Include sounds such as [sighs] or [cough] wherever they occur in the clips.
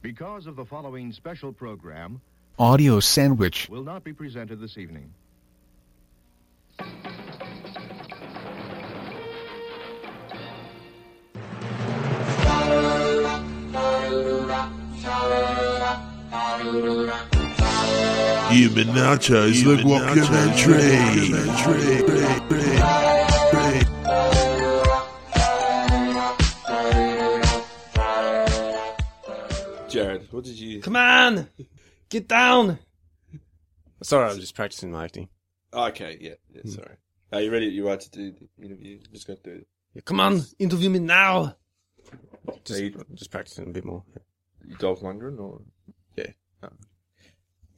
because of the following special program, Audio Sandwich. will not be presented this evening. Even nachos look walking that tray. Jared, what did you? Come on! Get down! Sorry, I was just practicing my acting. Oh, okay, yeah, Hmm. yeah sorry. Are you ready? You are to do the interview. Just got to do it. Yeah, come on, interview me now! Just, Are you, just practicing a bit more. you Dolph Lundgren or yeah?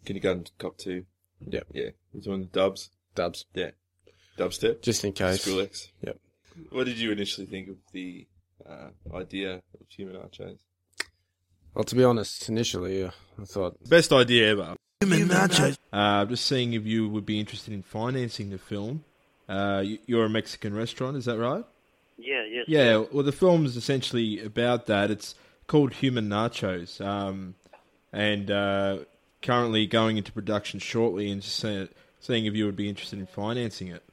Can you go and cop two? Yeah. yeah. He's doing the dubs, Dubs. yeah, dubstep, Just in case. School X. Yep. What did you initially think of the uh, idea of human nachos? Well, to be honest, initially, uh, I thought, Best idea ever. Human nachos. Uh, just seeing if you would be interested in financing the film. Uh, you- you're a Mexican restaurant, is that right? Yeah, yes. Yeah. Well, the film's essentially about that. It's called Human Nachos, um, and uh, currently going into production shortly, and just seeing, seeing if you would be interested in financing it.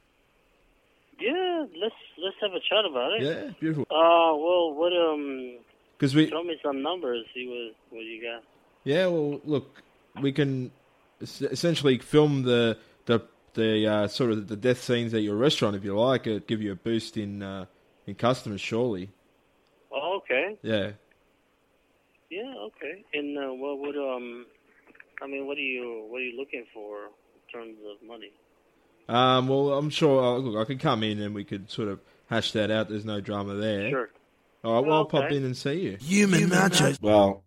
Yeah, let's let's have a chat about it. Yeah, beautiful. Uh well what um Because we, show me some numbers, see what what you got. Yeah, well, look, we can es- essentially film the the the uh, sort of the death scenes at your restaurant if you like. It'd give you a boost in uh, in customers, surely. Oh, okay. Yeah. Yeah, okay. And uh, what would um I mean what are you what are you looking for in terms of money? Um, well, I'm sure. Uh, look, I could come in and we could sort of hash that out. There's no drama there. Sure. All right. Well, I'll pop Okay. in and see you. Human nachos. Well,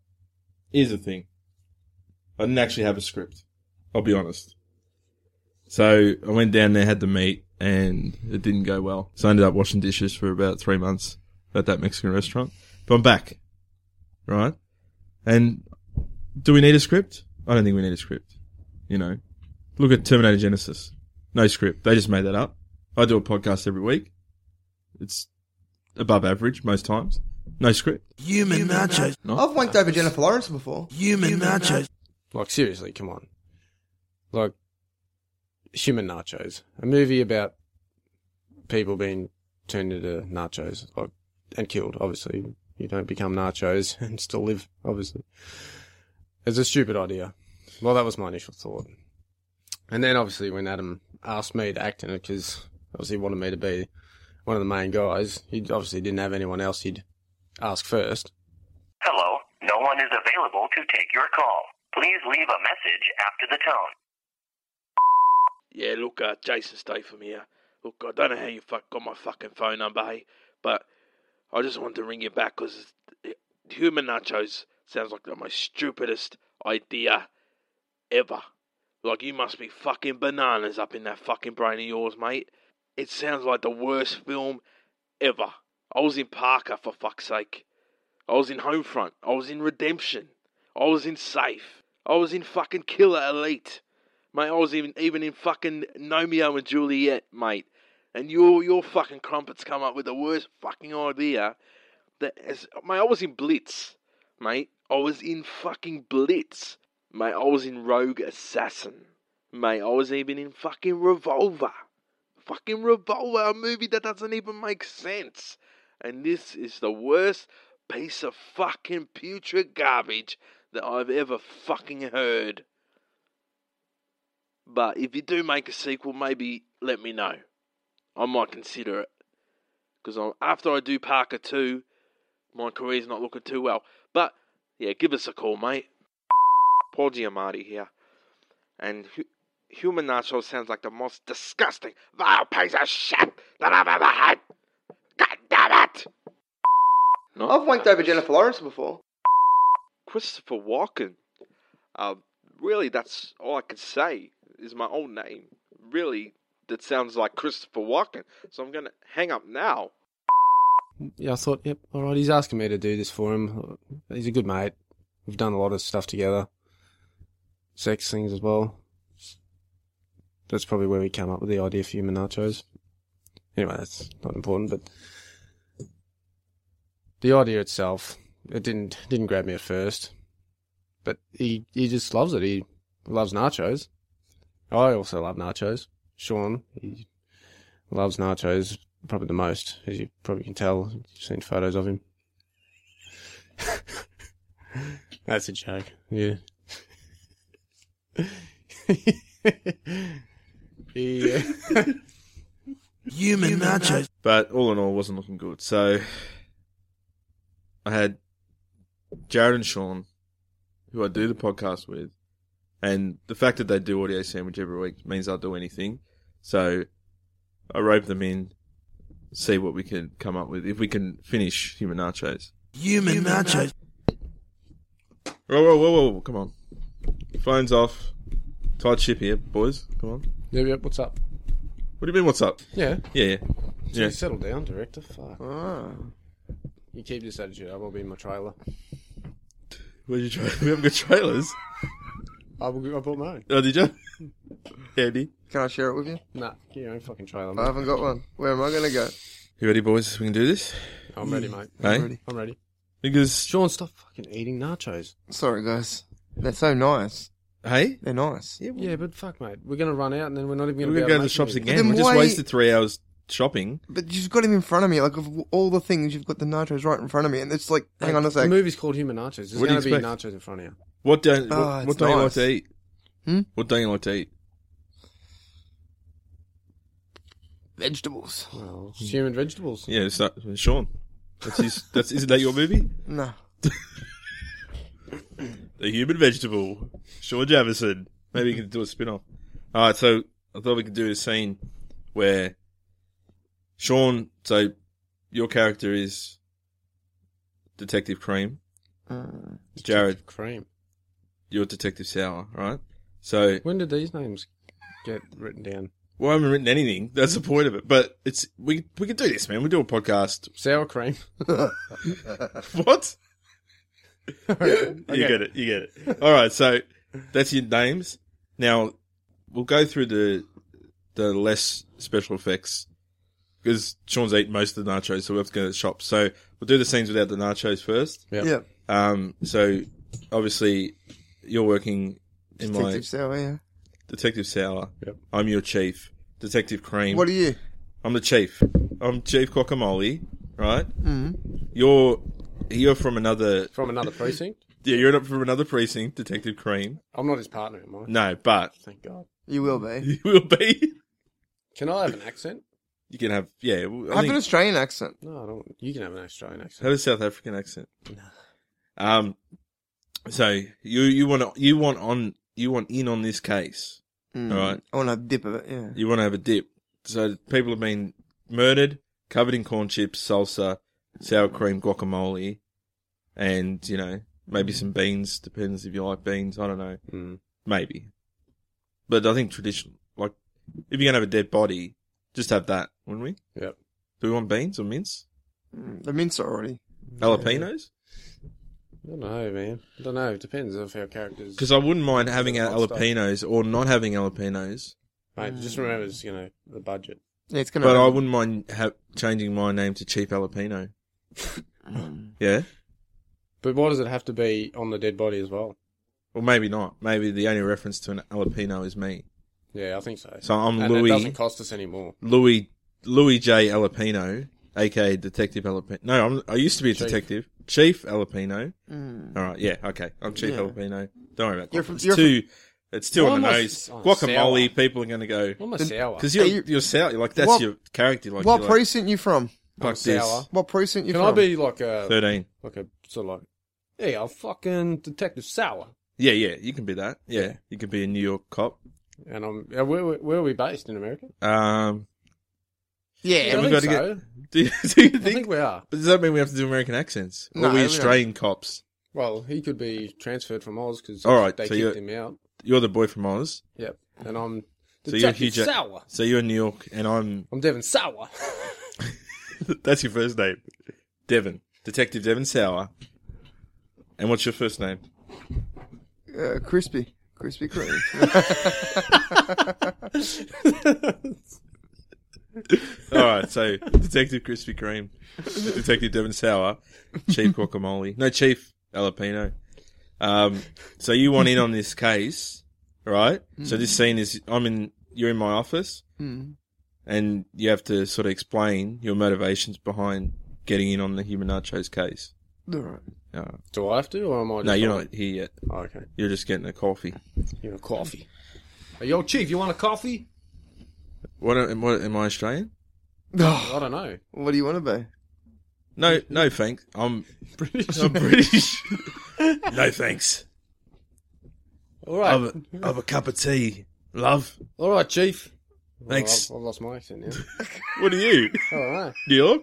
here's the thing. I didn't actually have a script. I'll be honest. So I went down there, had the meat, and it didn't go well. So I ended up washing dishes for about three months at that Mexican restaurant. But I'm back, right? And do we need a script? I don't think we need a script. You know, look at Terminator Genesis. No script. They just made that up. I do a podcast every week. It's above average most times. No script. Human nachos. I've wanked over Jennifer Lawrence before. Human nachos. like, seriously, come on. Like, human nachos. A movie about people being turned into nachos, like, and killed, obviously. You don't become nachos [laughs] and still live, obviously. It's a stupid idea. Well, that was my initial thought. And then obviously when Adam asked me to act in it, because obviously he wanted me to be one of the main guys, he obviously didn't have anyone else he'd ask first. Hello, no one is available to take your call. Please leave a message after the tone. Yeah, look, uh, Jason Statham here. Look, I don't know how you fuck got my fucking phone number, hey, but I just wanted to ring you back because human nachos sounds like the most stupidest idea ever. Like, you must be fucking bananas up in that fucking brain of yours, mate. It sounds like the worst film ever. I was in Parker, for fuck's sake. I was in Homefront. I was in Redemption. I was in Safe. I was in fucking Killer Elite. Mate, I was even even in fucking Romeo and Juliet, mate. And your your fucking crumpets come up with the worst fucking idea. That is, mate, I was in Blitz, mate. I was in fucking Blitz, mate. I was in Rogue Assassin, mate. I was even in fucking Revolver, fucking Revolver, a movie that doesn't even make sense. And this is the worst piece of fucking putrid garbage that I've ever fucking heard. But if you do make a sequel, maybe let me know. I might consider it. Because after I do Parker 2, my career's not looking too well. But, yeah, give us a call, mate. Paul Giamatti here. And hu- human nacho sounds like the most disgusting, vile piece of shit that I've ever had. God damn it! No, I've wanked over Jennifer Lawrence before. Christopher Walken. Uh, really, that's all I can say is my own name. Really, that sounds like Christopher Walken. So I'm gonna hang up now. yeah, I thought, yep, all right, he's asking me to do this for him. He's a good mate. We've done a lot of stuff together, sex things as well. That's probably where we came up with the idea for human nachos. Anyway, that's not important, but the idea itself, it didn't didn't grab me at first. But he, he just loves it. He loves nachos. I also love nachos. Sean, he loves nachos probably the most, as you probably can tell. You've seen photos of him. [laughs] That's a joke. Yeah. [laughs] he, uh, Human nachos. But all in all, it wasn't looking good. So I had Jared and Sean, who I do the podcast with, and the fact that they do audio sandwich every week means I'll do anything. So I rope them in, see what we can come up with if we can finish human nachos. Human nachos. Whoa, whoa, whoa, whoa! whoa, Come on, phones off. Tight ship here, boys. Come on. yep, yep, what's up? What do you mean? What's up? Yeah. Yeah, yeah. So Yeah. you settle down, director. Fuck. Ah. You keep this attitude up. I'll be in my trailer. Where'd you try? [laughs] We haven't got trailers. I, will, I bought mine. Oh, [laughs] did you? Andy. Can I share it with you? Nah, get your own fucking trailer. I Uh, Mate. haven't got one. Where am I going to go? You ready, boys? We can do this. I'm ready, mate. Hey, ready. I'm ready. because Sean, stop fucking eating nachos. Sorry, guys. They're so nice. hey, They're nice. Yeah, but fuck, mate. We're gonna run out, and then we're not even gonna we're gonna be able go to the make shops anything. again. Then We just why- wasted three hours shopping. But you've got him in front of me. Like, of all the things, you've got the nachos right in front of me. And it's like, hang on a The sec. movie's called Human Nachos. There's What do you gonna be expect? nachos in front of you. What don't Oh, Ah, what, it's what don't you like nice. to eat? Hmm? What don't you like to eat? Vegetables. Well, hmm. it's human vegetables. Yeah, so, Sean. That's his, [laughs] that's isn't that your movie? No. [laughs] The Human Vegetable. Sean Javison. Maybe you can do a spin off. Alright, so I thought we could do a scene where Sean, so your character is Detective Cream. Mm. Jared, Cream. you're Detective Sour, right? So When did these names get written down? well, I haven't written anything. That's the point of it. But it's we we could do this, man. We do a podcast. [laughs] Sour cream. [laughs] What? You Okay. get it. You get it. All right. So that's your names. Now we'll go through the the less special effects because Sean's eaten most of the nachos, so we have to go to the shop. So we'll do the scenes without the nachos first. Yep. Yep. Um. So obviously you're working in my Detective Sour, yeah. detective sour. Yep. I'm your chief. Detective Cream. What are you? I'm the chief. I'm Chief Guacamole. Right. Mm. You're you're from another. From another precinct. Yeah. You're from another precinct, Detective Cream. I'm not his partner, am I? No, but Thank God. You will be. [laughs] You will be. Can I have an accent? You can have yeah. well, I I have an think, Australian accent. No, I don't. You can have an Australian accent. have a South African accent. Um, so you you want to you want on you want in on this case. Mm. Alright. I want to have a dip of it, yeah. You want to have a dip. So people have been murdered, covered in corn chips, salsa, sour cream, guacamole, and you know maybe some beans. Depends if you like beans. I don't know. Hmm. Mm. Maybe, but I think traditional like if you're gonna have a dead body, just have that, wouldn't we? Yep. Do we want beans or mince? Mm. The mints are already. Jalapenos? I don't know, man. I don't know. It depends of how characters. Because I wouldn't mind having Yeah, hot stuff. jalapenos or not having jalapenos, Mate, just remember, it's you know the budget. Yeah, it's gonna. but I wouldn't mind ha- changing my name to Cheap [laughs] Jalapeno. Um. yeah, But why does it have to be on the dead body as well? or maybe not. Maybe the only reference to an jalapeno is me. Yeah, I think so. So I'm and Louis- it doesn't cost us any more. Louis Louis J Jalapeno, aka Detective Jalapeno. No, I'm, I used to be a Chief. detective, Chief Jalapeno. Mm. All right, yeah, okay, I'm Chief Yeah. Jalapeno. Don't worry about You're that. from- It's you're too. It's still on the Why am I nose. s- oh, Guacamole. sour. People are going to go I'm a sour. because you're Are you- you're sour. Like that's What- your character. Like what you're like, precinct you from? Oh. I'm fuck this. sour. What precinct you Can from? I be like a Thirteen. like a sort of like? Hey, I'm fucking detective sour. Yeah, yeah, you can be that. Yeah, you can be a New York cop. And I'm uh, where where are we based in America? Um, Yeah, Yeah. I we think gotta so. do, you- do I you [laughs] think? think we are. does that mean we have to do American accents? No, or we we Australian cops? Well, he could be transferred from Oz because All right, they so kicked you're- him out. You're the boy from Oz, Yep. And I'm So you're detective Hugh Jack- sour. so you're in New York, and I'm. [laughs] I'm Devin [laughs] Sour. that's your first name, Devon, Detective Devon Sauer. And what's your first name? Uh, crispy, crispy cream. [laughs] All right, so Detective Krispy Kreme, Detective Devon Sauer, Chief Guacamole, no Chief Jalapeno, Um, so you want in on this [laughs] case, right? So this scene is I'm in. You're in my office, Mm. and you have to sort of explain your motivations behind getting in on the human nachos case. All right. Uh, Do I have to, or am I? Just no, you're on- not here yet. Oh, okay, You're just getting a coffee. you're a coffee. Hey, yo, Chief, you want a coffee? What am, what am I Australian? I don't know. What do you want to be? No, no, thanks. I'm British. I'm [laughs] British. no, thanks. All I right, have, a, [laughs] I have a cup of tea, love. all right, Chief. Thanks. Well, I've, I've lost my accent now. What are you, all right, New York?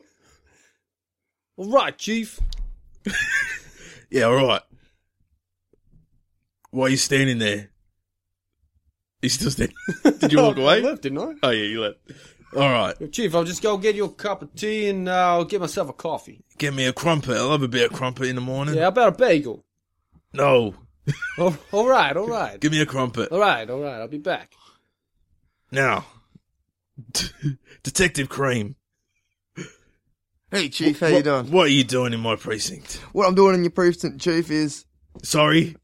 all right, Chief. [laughs] Yeah, all right. Why are you standing there? You still standing? [laughs] Did you [laughs] walk I away? left, didn't I? Oh yeah, you left. All right, Yo, Chief, I'll just go get you a cup of tea and uh, I'll get myself a coffee. get me a crumpet. I love a bit of crumpet in the morning. Yeah, how about a bagel? No, all all right, all right. give me a crumpet All right, all right, I'll be back. now. [laughs] Detective Cream, Hey, Chief, how you what, doing? what are you doing in my precinct? What I'm doing in your precinct, Chief, is Sorry,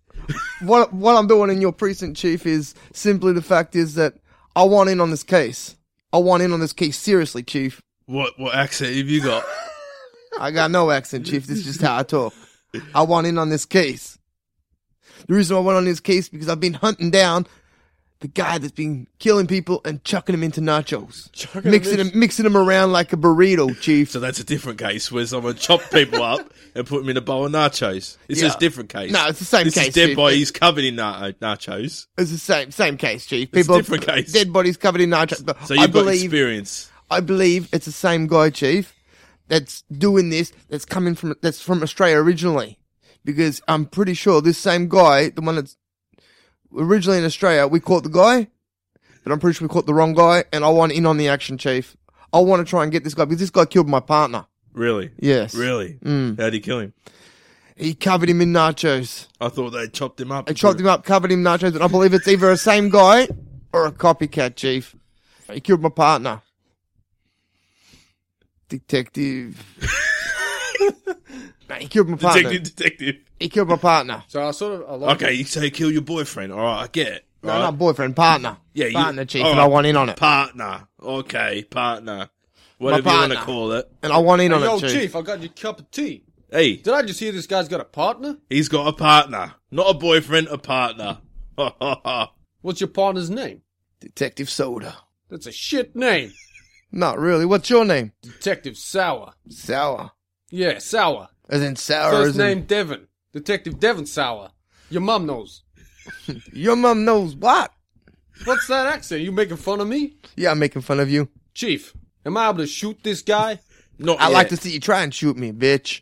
what what I'm doing in your precinct, Chief, is simply the fact is that I want in on this case. I want in on this case seriously, Chief. what what accent have you got? [laughs] I got no accent, Chief. This is just how I talk. I want in on this case. The reason I want on this case because I've been hunting down the guy that's been killing people and chucking them into nachos, mixing them, mixing them around like a burrito, Chief. so that's a different case where someone chopped people up and put them in a bowl of nachos. This is Yeah. a different case. [laughs] No, it's the same this case, Is dead dude. boy, he's covered in na- nachos. It's the same same case, Chief. It's a People different case. dead bodies covered in nachos. But So I you've got believe experience. I believe it's the same guy, Chief, that's doing this. That's coming from that's from Australia originally, because I'm pretty sure this same guy, the one that's originally in Australia, uh, we caught the guy, but I'm pretty sure we caught the wrong guy. And I want in on the action, Chief. I want to try and get this guy because this guy killed my partner. Really? Yes, Really? Mm. How'd he kill him? He covered him in nachos. I thought they chopped him up. They chopped him up, covered him in nachos, and I believe it's either the same guy or a copycat, Chief. He killed my partner. Detective. Nah, he killed my partner. Detective, detective. He killed my partner. So I sort of I like Okay, so you kill your boyfriend. All right, I get it. No, All right. not boyfriend, partner. Yeah, you- partner, Chief, all and right. I want in on it. partner. Okay, partner. Whatever you want to partner. call it. And I want in on Yo, it, Chief. Chief, I got your cup of tea. Hey, Did I just hear this guy's got a partner? he's got a partner. Not a boyfriend, a partner. [laughs] What's your partner's name? Detective Soda. That's a shit name. Not really. What's your name? Detective Sauer. Sour. Yeah, Sauer. As in sour. First as name In, Devon. Detective Devon Sauer. Your mum knows. [laughs] your mum knows what? What's that accent? You making fun of me? Yeah, I'm making fun of you. Chief, am I able to shoot this guy? Not I yet. like to see you try and shoot me, bitch.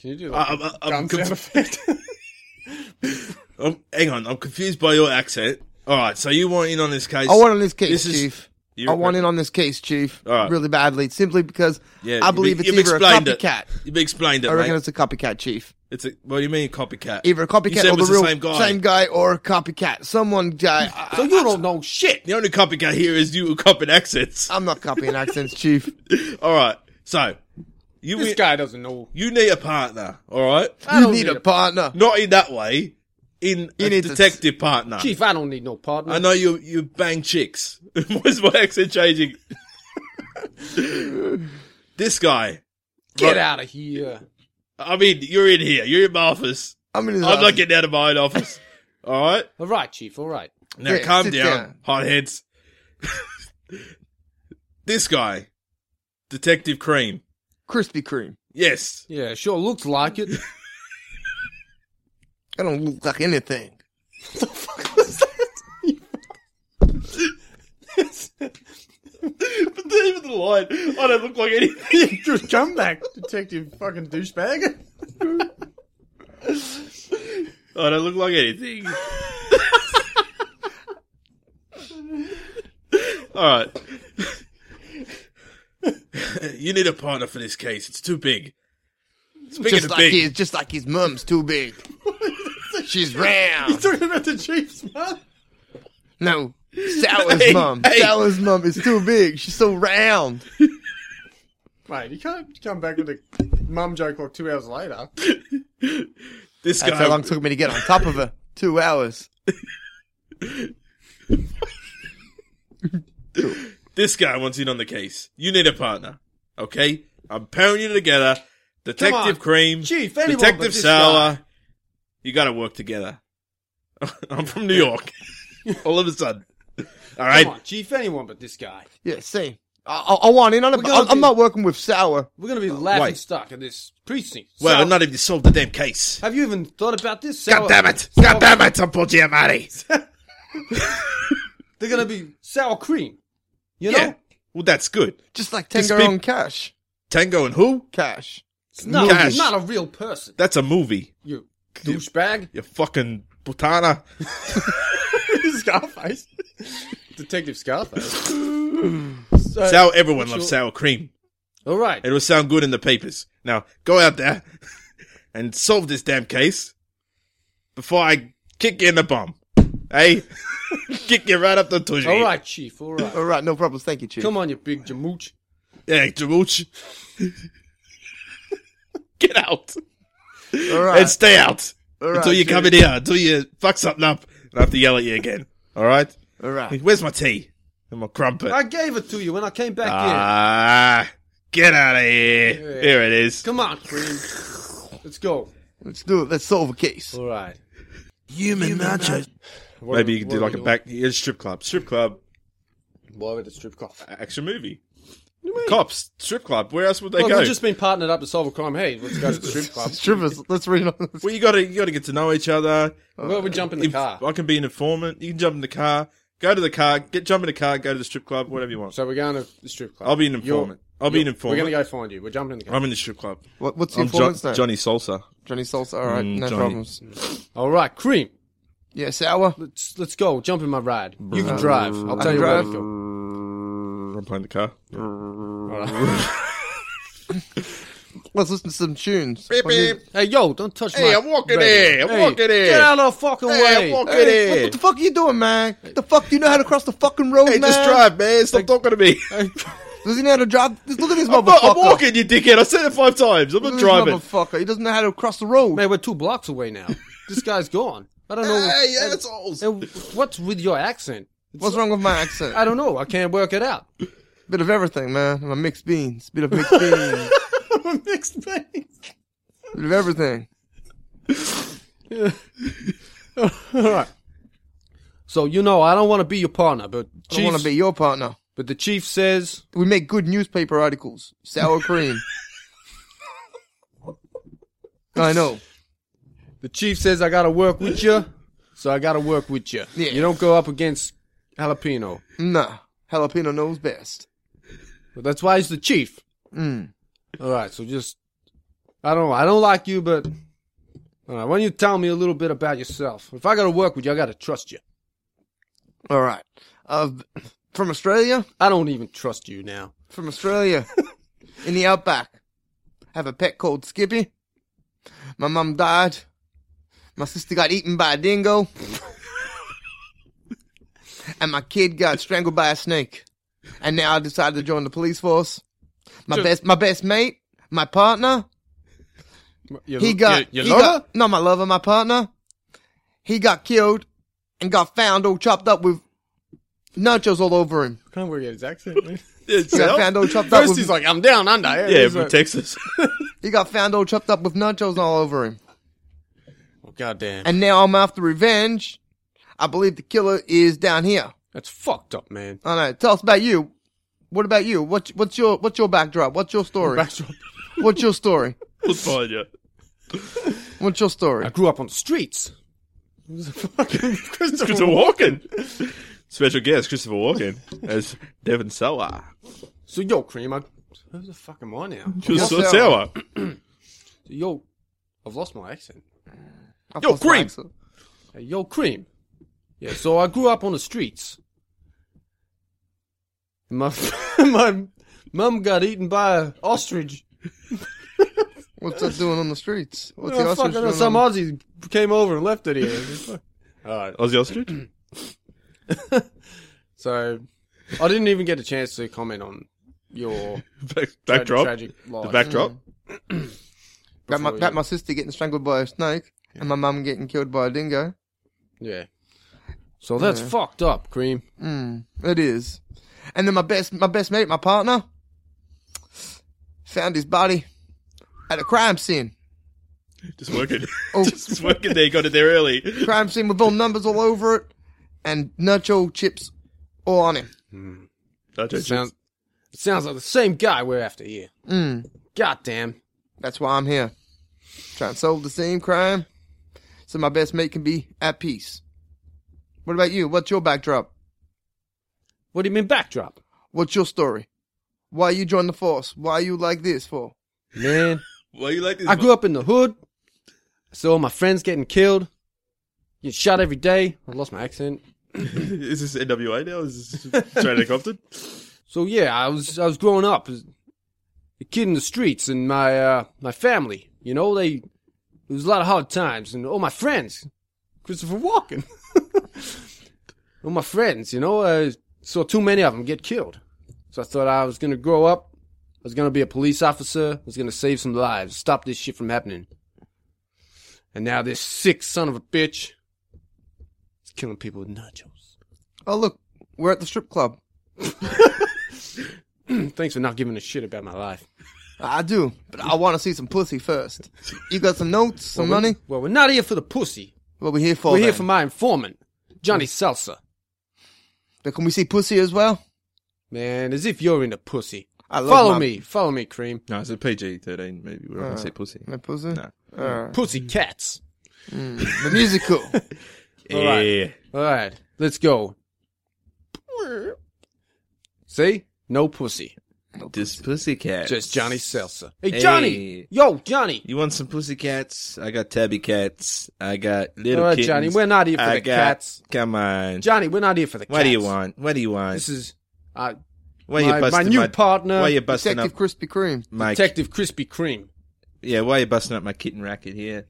Can you do I- Uh, that? I'm, I'm, I'm, guns conf- sound effect. [laughs] I'm- hang on, I'm confused by your accent. All right, so you want in on this case? I want on this case, This is- Chief. You- I want in on this case, Chief, All right. really badly, simply because Yeah, I you've- believe it's you've either a explained it. copycat. You've explained it, I reckon mate. it's a copycat, Chief. It's a, what do you mean copycat? Either a You said copycat it or the was real same guy. or a copycat. Someone guy. I, so you don't know shit. The only copycat here is you copying accents. I'm not copying accents, Chief. all right, so you [laughs] This guy doesn't know. you need a partner, all right? I You don't need a partner. Not in that way, in a In it, detective partner. Chief, I don't need no partner. I know you you bang chicks. [laughs] Why's my accent changing? [laughs] this guy. Get Right. out of here. I mean, you're in here. You're in my office. I'm in his I'm not office. getting out of my own [laughs] office. All right. All right, Chief, all right. Now Yeah, calm sit down, down. hot heads. [laughs] this guy, Detective Cream. Krispy Kreme. Yes. Yeah, sure looks [laughs] like it. I don't look like anything. but even the [laughs] line, I don't Oh, look like anything. [laughs] Just come back, detective, fucking [laughs] douchebag. I don't Oh, look like anything. [laughs] All right. [laughs] you need a partner for this case. It's too big. Speaking just of like big, his, just like his mum's [laughs] too big. She's round. Talking about the Chiefs, man. No, Sour's mum. hey. Sour's mum is too big. She's so round. Mate, you can't come back with a mum joke like two hours later. This That's guy- how long it took me to get on top of [laughs] her. Two hours. This guy wants in on the case. You need a partner. Okay? I'm pairing you together. Detective on. Cream. Chief, anyone but Detective this Sour. You gotta work together. [laughs] I'm from [laughs] New York. All of a sudden. All right. Come on, Chief, anyone but this guy. Yeah, see. I, I, I want in on it, We're but gonna I'm, I'm be- not working with Sour. We're going to be laughing wait. stock at this precinct. Well, Sour- not if you solve the damn case. Have you even thought about this? God Sour- damn it! Sour- God damn it, Uncle Giamatti! They're going to be sour cream. [laughs] You know? Yeah. Well, that's good. Just like Just Tango be- on Cash. Tango and who? Cash. It's not, Cash. it's not a real person. That's a movie. You douchebag. You fucking putana. Scarface. Detective Scarface. So- Sour, everyone What's loves your- sour cream. All right. It'll sound good in the papers. Now, go out there [laughs] and solve this damn case before I kick you in the bum. Hey? [laughs] kick you right up the tushy. All right, Chief. All right. All right, no problems. Thank you, Chief. Come on, you big jamooch. Hey, Jamooch. [laughs] Get out. All right. And stay out. All right, until you come in Chief. here. Until you fuck something up. And I have to yell at you again. All right? All right. Where's my tea? And my crumpet. I gave it to you when I came back in. Ah, get out of here. Here it is. Come on, cream. Let's go. Let's do it. Let's solve a case. All right. Human nachos. What Maybe are- you could what do are like we doing? a back yeah, strip club. Strip club, Why would the strip club? action movie. Cops, strip club. Where else would they Well, go? we've just been partnered up to solve a crime. Hey, let's go to the strip [laughs] club. Strippers, let's read on this. Well, you gotta you gotta get to know each other. well, we jump in the Inf- car. I can be an informant. You can jump in the car. Go to the car. Get jump in the car. Go to the strip club. Whatever you want. So we're going to the strip club. I'll be an You're- informant. I'll be an you're- informant. We're going to go find you. We're jumping in the car. I'm in the strip club. What, what's the I'm Jo- informant's name? Johnny Salsa. Johnny Salsa. All right, Mm, no Johnny. problems. All right, cream. Yeah, Sour. Let's let's go. Jump in my ride. You can drive. I'll I tell can you where drive. to go. I'm playing the car. Let's listen to some tunes. Beep, beep. Hey, yo, don't touch my Hey, I'm walking radio. here. I'm Hey, walking here. Get out of the fucking Hey, way. I'm walking Hey, what, here. what the fuck are you doing, man? The fuck do you know how to cross the fucking road, Hey, man? just drive, man. Stop talking to me. Does he know how to drive? Just look at this I'm, motherfucker. not, I'm walking, you dickhead. I said it five times. I'm Look not at driving. This motherfucker. He doesn't know how to cross the road. Man, we're two blocks [laughs] away now. this guy's gone. I don't know. Hey, assholes. And what's with your accent? What's wrong with my accent? I don't know. I can't work it out. Bit of everything, man. I'm a mixed beans. Bit of mixed beans. Mixed things. Bit of everything. All right. So you know, I don't want to be your partner, but I don't chief, want to be your partner. but the chief says We make good newspaper articles. Sour cream. I know. the chief says I gotta work with you, so I gotta work with you. Yeah. You don't go up against jalapeno. Nah. Jalapeno knows best. But that's why he's the chief. Mm. All right, so just I don't know. I don't like you, but all right, why don't you tell me a little bit about yourself? If I gotta work with you, I gotta trust you. All right. Uh, from Australia? I don't even trust you now. From Australia. In the outback. Have a pet called Skippy. My mum died. My sister got eaten by a dingo. and my kid got strangled by a snake. And now I decided to join the police force. My best, my best mate, my partner, You- he got, you, you he lover? got, not my lover, my partner. He got killed and got found all chopped up with nachos all over him. Can't work out his accent. [laughs] Man. He got found all chopped up First with, he's like, I'm down under. Yeah, yeah, he's from like- Texas. he got found all chopped up with nachos all over him. oh, God damn. And now I'm after revenge. I believe the killer is down here. That's fucked up, man. I know. Tell us about you. What about you? What, what's your, what's your backdrop? What's your story? [laughs] what's your story? We'll find you. What's your I story? grew up on the streets. [laughs] It was a [laughs] fucking Christopher Christopher Walken. Special guest Christopher Walken as Devin Sawa. So yo, cream, I who the fuck am I now? Just so Sawa. sour. Yo, I've lost my accent. I've Yo, lost my cream. accent. Hey, yo, cream. Yeah, so I grew up on the streets. And My [laughs] my mum got eaten by an ostrich. [laughs] What's that doing on the streets? What's Oh, the fuck, ostrich I know doing some on Aussie came over and left it here. [laughs] All right. Ozzy Ostrich? So I didn't even get a chance to comment on your Back, backdrop. tragic the life. Mm. backdrop. Got my, Before got you- my sister getting strangled by a snake. and my mum getting killed by a dingo. Yeah. So that's Yeah. fucked up, Cream. Mm, it is. And then my best, my best mate, my partner, found his body at a crime scene. Just [laughs] working. Oh. Just working there. You got it there early. Crime scene with all numbers all over it, and nacho chips all on him. Nacho Sounds, chips. it sounds like the same guy we're after here. Mm. God damn. That's why I'm here, trying to solve the same crime, so my best mate can be at peace. What about you? What's your backdrop? What do you mean backdrop? What's your story? Why you joined the force? Why you like this for? Man, Why you like this? I grew up in the hood. I saw my friends getting killed. Get shot every day. I lost my accent. [laughs] Is this NWA now? Is [laughs] this Australia Compton? So yeah, I was I was growing up as a kid in the streets, and my uh, my family, you know, they it was a lot of hard times, and all my friends, Christopher Walken, [laughs] all my friends, you know, I saw too many of them get killed, so I thought I was gonna grow up, I was gonna be a police officer, I was gonna save some lives, stop this shit from happening, and now this sick son of a bitch is killing people with nachos. Oh look, we're at the strip club. Thanks for not giving a shit about my life. I do, but I want to see some pussy first. You got some notes, some Well, we- money? Well, we're not here for the pussy. What we here for? we're here then? for my informant, Johnny Salsa. But Can we see pussy as well? Man, as if you're into pussy. I love follow my- me, follow me, Cream. No, it's a PG thirteen movie. We're not Uh, gonna see pussy. My pussy. No. Alright. Pussy cats. Mm, The musical. All right. All right, let's go. See? No pussy. Just pussycats. Just Johnny Salsa. Hey, Hey. Johnny! Yo, Johnny! You want some pussycats? I got tabby cats. I got little All right, kittens. Johnny, we're not here for I the got- cats. Come on. Johnny, we're not here for the cats. what do you want? What do you want? This is uh, why you my, my busting new partner, Why you busting Detective up Krispy Kreme. my Detective Krispy Kreme. yeah? Why you busting up my kitten racket here?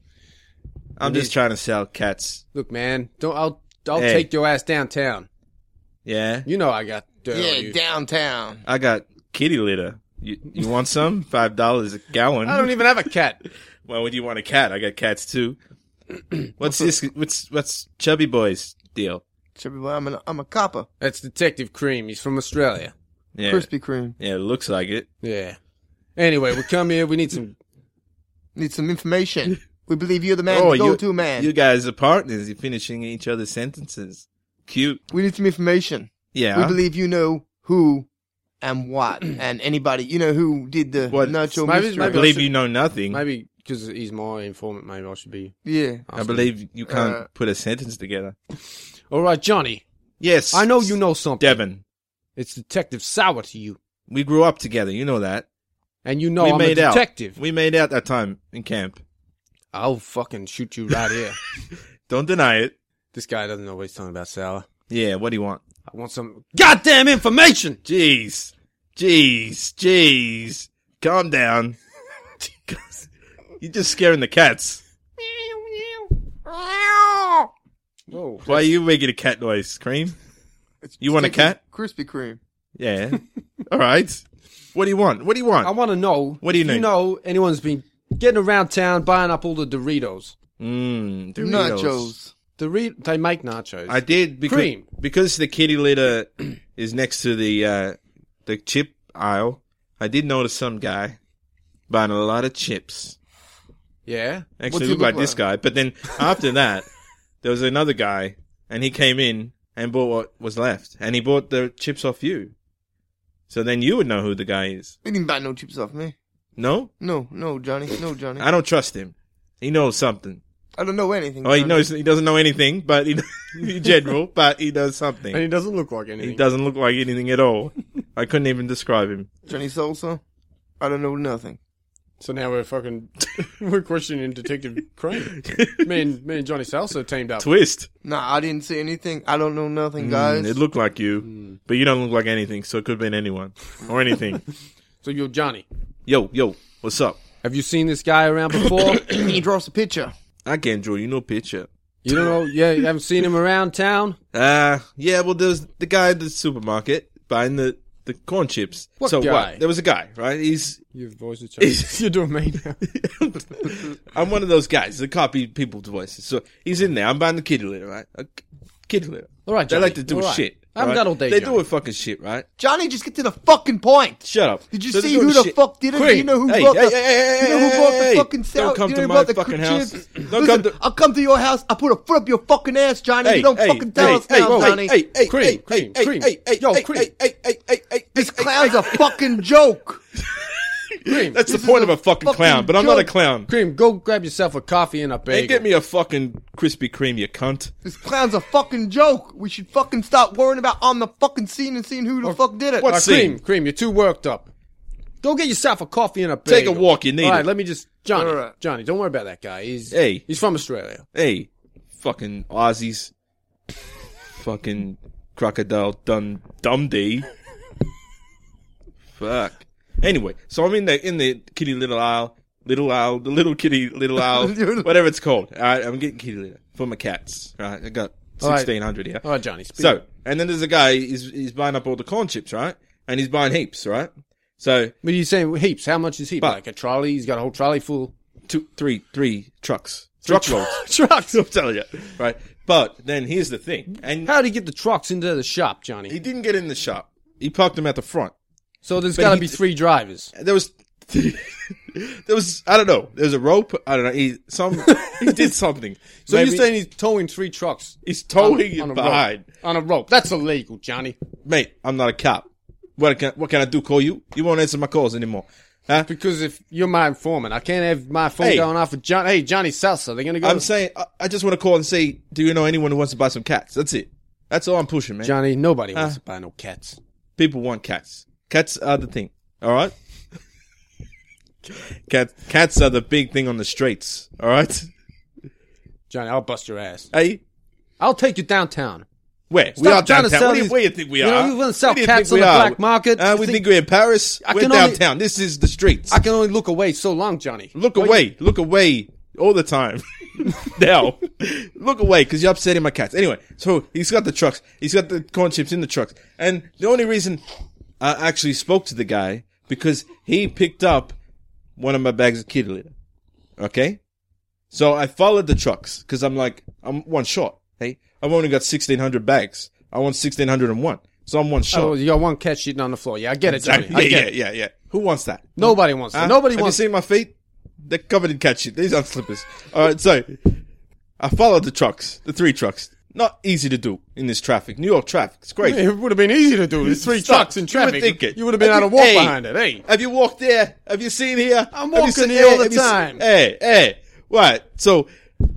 I'm We just need- trying to sell cats. Look, man, don't I'll I'll Hey. take your ass downtown. Yeah, You know I got dirt on Yeah, you. downtown. I got kitty litter. You, you want [laughs] some? Five dollars a gallon. I don't even have a cat. e- Why would you want a cat? I got cats [clears throat] too. what's this? What's what's Chubby Boy's deal? Should be well, I'm, an, I'm a copper. That's Detective Cream. He's from Australia. Yeah, Krispy Kreme. yeah, it looks like it. Yeah. Anyway, we come here. We need some. Need some information. We believe you're the man to go Oh, you, to, man. You guys are partners. You're finishing each other's sentences. Cute. we need some information. Yeah. We believe you know who and what and anybody. You know who did the What? nacho Maybe- mystery. I maybe- believe you know nothing. Maybe because he's my informant. Maybe I should be. Yeah. I believe you can't Uh, put a sentence together. All right, Johnny. Yes. I know you know something. Devin. It's Detective Sour to you, We grew up together. You know that. and you know we I'm a made out. detective. We made out that time in camp. I'll fucking shoot you right here. [laughs] Don't deny it. this guy doesn't know what he's talking about, Sour. Yeah. What do you want? I want some goddamn information. Jeez. Jeez. Jeez. Calm down. [laughs] You're just scaring the cats. Whoa. Why are you making a cat noise, Cream? It's You want a Detective Krispy Kreme. Yeah. All right. What do you want? What do you want? I want to know. What do you if need? know anyone's been getting around town buying up all the Doritos? Mmm, Nachos. Dorito. They make nachos. I did because Cream. because the kitty litter [clears throat] is next to the uh, the chip aisle. I did notice some guy buying a lot of chips. yeah. Actually, he looked look like this guy. But then after that, there was another guy, and he came in and bought what was left, and he bought the chips off you. So then you would know who the guy is. They didn't buy no chips off me. No, No, no, Johnny. No, Johnny. I don't trust him. He knows something. I don't know anything. Oh, he Johnny. knows. He doesn't know anything, but he [laughs] in general, but he knows something. And he doesn't look like anything. He doesn't look like anything [laughs] at all. I couldn't even [laughs] describe him. Johnny Salsa. I don't know nothing. So now we're fucking [laughs] we're questioning Detective Crane. me and me and Johnny Salsa teamed up. Twist. Nah, I didn't see anything. I don't know nothing, guys. Mm, it looked like you, Hmm. but you don't look like anything, so it could have been anyone [laughs] or anything. So you're Johnny. yo, yo, what's up? Have you seen this guy around before? [coughs] he draws a picture. I can't draw you no picture. you don't know. Yeah, you haven't seen him around town. Ah, Uh, yeah, well, there's the guy at the supermarket buying the the corn chips. What so guy? what? There was a guy, right? [laughs] He's You've voiced [laughs] the He's- You're doing me now. I'm one of those guys that copy people's voices. So he's in there. I'm buying the kitty litter, right? A kitty litter. [laughs] All right, They Johnny. like to do All right. shit. I haven't right? got all day, They Johnny. do a fucking shit, right? Johnny, just get to the fucking point. Shut up. Did you So they're see doing who the shit. fuck did it? Quick. Do you know who Hey, bought hey, the? hey, hey, you know who bought hey, the fucking don't salad? come you to know who my bought the fucking cr- house. chips? Don't Listen, come to- I'll come to your house. I'll put a foot up your fucking ass, Johnny. Hey, you don't hey, fucking tell hey, us now, hey, Johnny. Hey, hey, Cream, hey, cream, hey, cream. hey, hey, Yo, hey, cream. hey, hey, hey, hey, hey, this clown's a fucking joke. [laughs] Cream, That's the This point is of a a fucking fucking clown, but I'm not a joke. clown. Cream, go grab yourself a coffee and a bagel. And get me a fucking Krispy Kreme, you cunt. This clown's a fucking joke. We should fucking stop worrying about on the fucking scene and seeing who the fuck did it. What Uh, scene? cream, cream, you're too worked up. Go get yourself a coffee and a bagel. Take a walk, you need All right, it. let me just Johnny. All right. Johnny, don't worry about that guy. He's Hey. he's from Australia. Hey, fucking Aussies. fucking crocodile dun dumdy. Fuck. Anyway, so I'm in the in the kitty little aisle, little aisle, the little kitty [laughs] little aisle, whatever it's called. All right, I'm getting kitty litter for my cats. All right, I got All right. sixteen hundred here. All right, Johnny. Speak. So, and then there's a guy, he's, he's buying up all the corn chips, right? And he's buying heaps, right? So, but you're saying heaps. How much is heap? But- like a trolley? He's got a whole trolley [laughs] full. two, three, three trucks. Truck tru- loads. [laughs] trucks. I'm telling you, right? But then here's the thing. And How would he get the trucks into the shop, Johnny? he didn't get in the shop. He parked them at the front. so there's but got to he- be three drivers. There was, [laughs] there was, I don't know. There was a rope. I don't know. He, some, he [laughs] did something. So Maybe you're saying he's towing three trucks he's towing on it a behind. rope? On a rope. That's illegal, Johnny. Mate, I'm not a cop. What can, what can I do? Call you? You won't answer my calls anymore. Huh? Because if you're my informant, I can't have my phone Hey. going off with John. Hey, Johnny Salsa, they're gonna go. I'm Oh. to- saying I, I just want to call and say, do you know anyone who wants to buy some cats? That's it. That's all I'm pushing, man. Johnny, nobody wants Huh? to buy no cats. People want cats. Cats are the thing. All [laughs] right. Cat, cats are the big thing on the streets. All right. Johnny, I'll bust your ass. Hey, I'll take you downtown. where we Stop are trying to downtown. sell Where do you, these- where you think we you are? know, you wanna sell Where do you cats think we on the are? black market. Uh, You we think- think, we're in Paris. I we're can only- downtown. This is the streets. I can only look away so long, Johnny. Look away. Look away all the time. [laughs] now, [laughs] look away because you're upsetting my cats. Anyway, so he's got the trucks. He's got the corn chips in the trucks. And the only reason I actually spoke to the guy because he picked up one of my bags of kitty litter. Okay? So I followed the trucks because I'm like, I'm one short. Hey, I've only got 1,600 bags. I want 1,601. So I'm one short. Oh, you got one cat shitting on the floor. Yeah, I [laughs] get it, Johnny. yeah, I get yeah, it. yeah, yeah. Who wants that? Nobody wants that. Huh? Nobody Ah, Have wants. you seen my feet? They're covered in cat shit. These aren't slippers. All right, so I followed the trucks, the three trucks. Not easy to do in this traffic. New York traffic. It's crazy. It would have been easy to do. There's three Stop. trucks in You would traffic. think it. You would have been Have able to you- walk hey. behind it. Hey, Have you walked there? Have you seen here? I'm Have you walking seen- here all the have you seen- time. hey, hey. What? So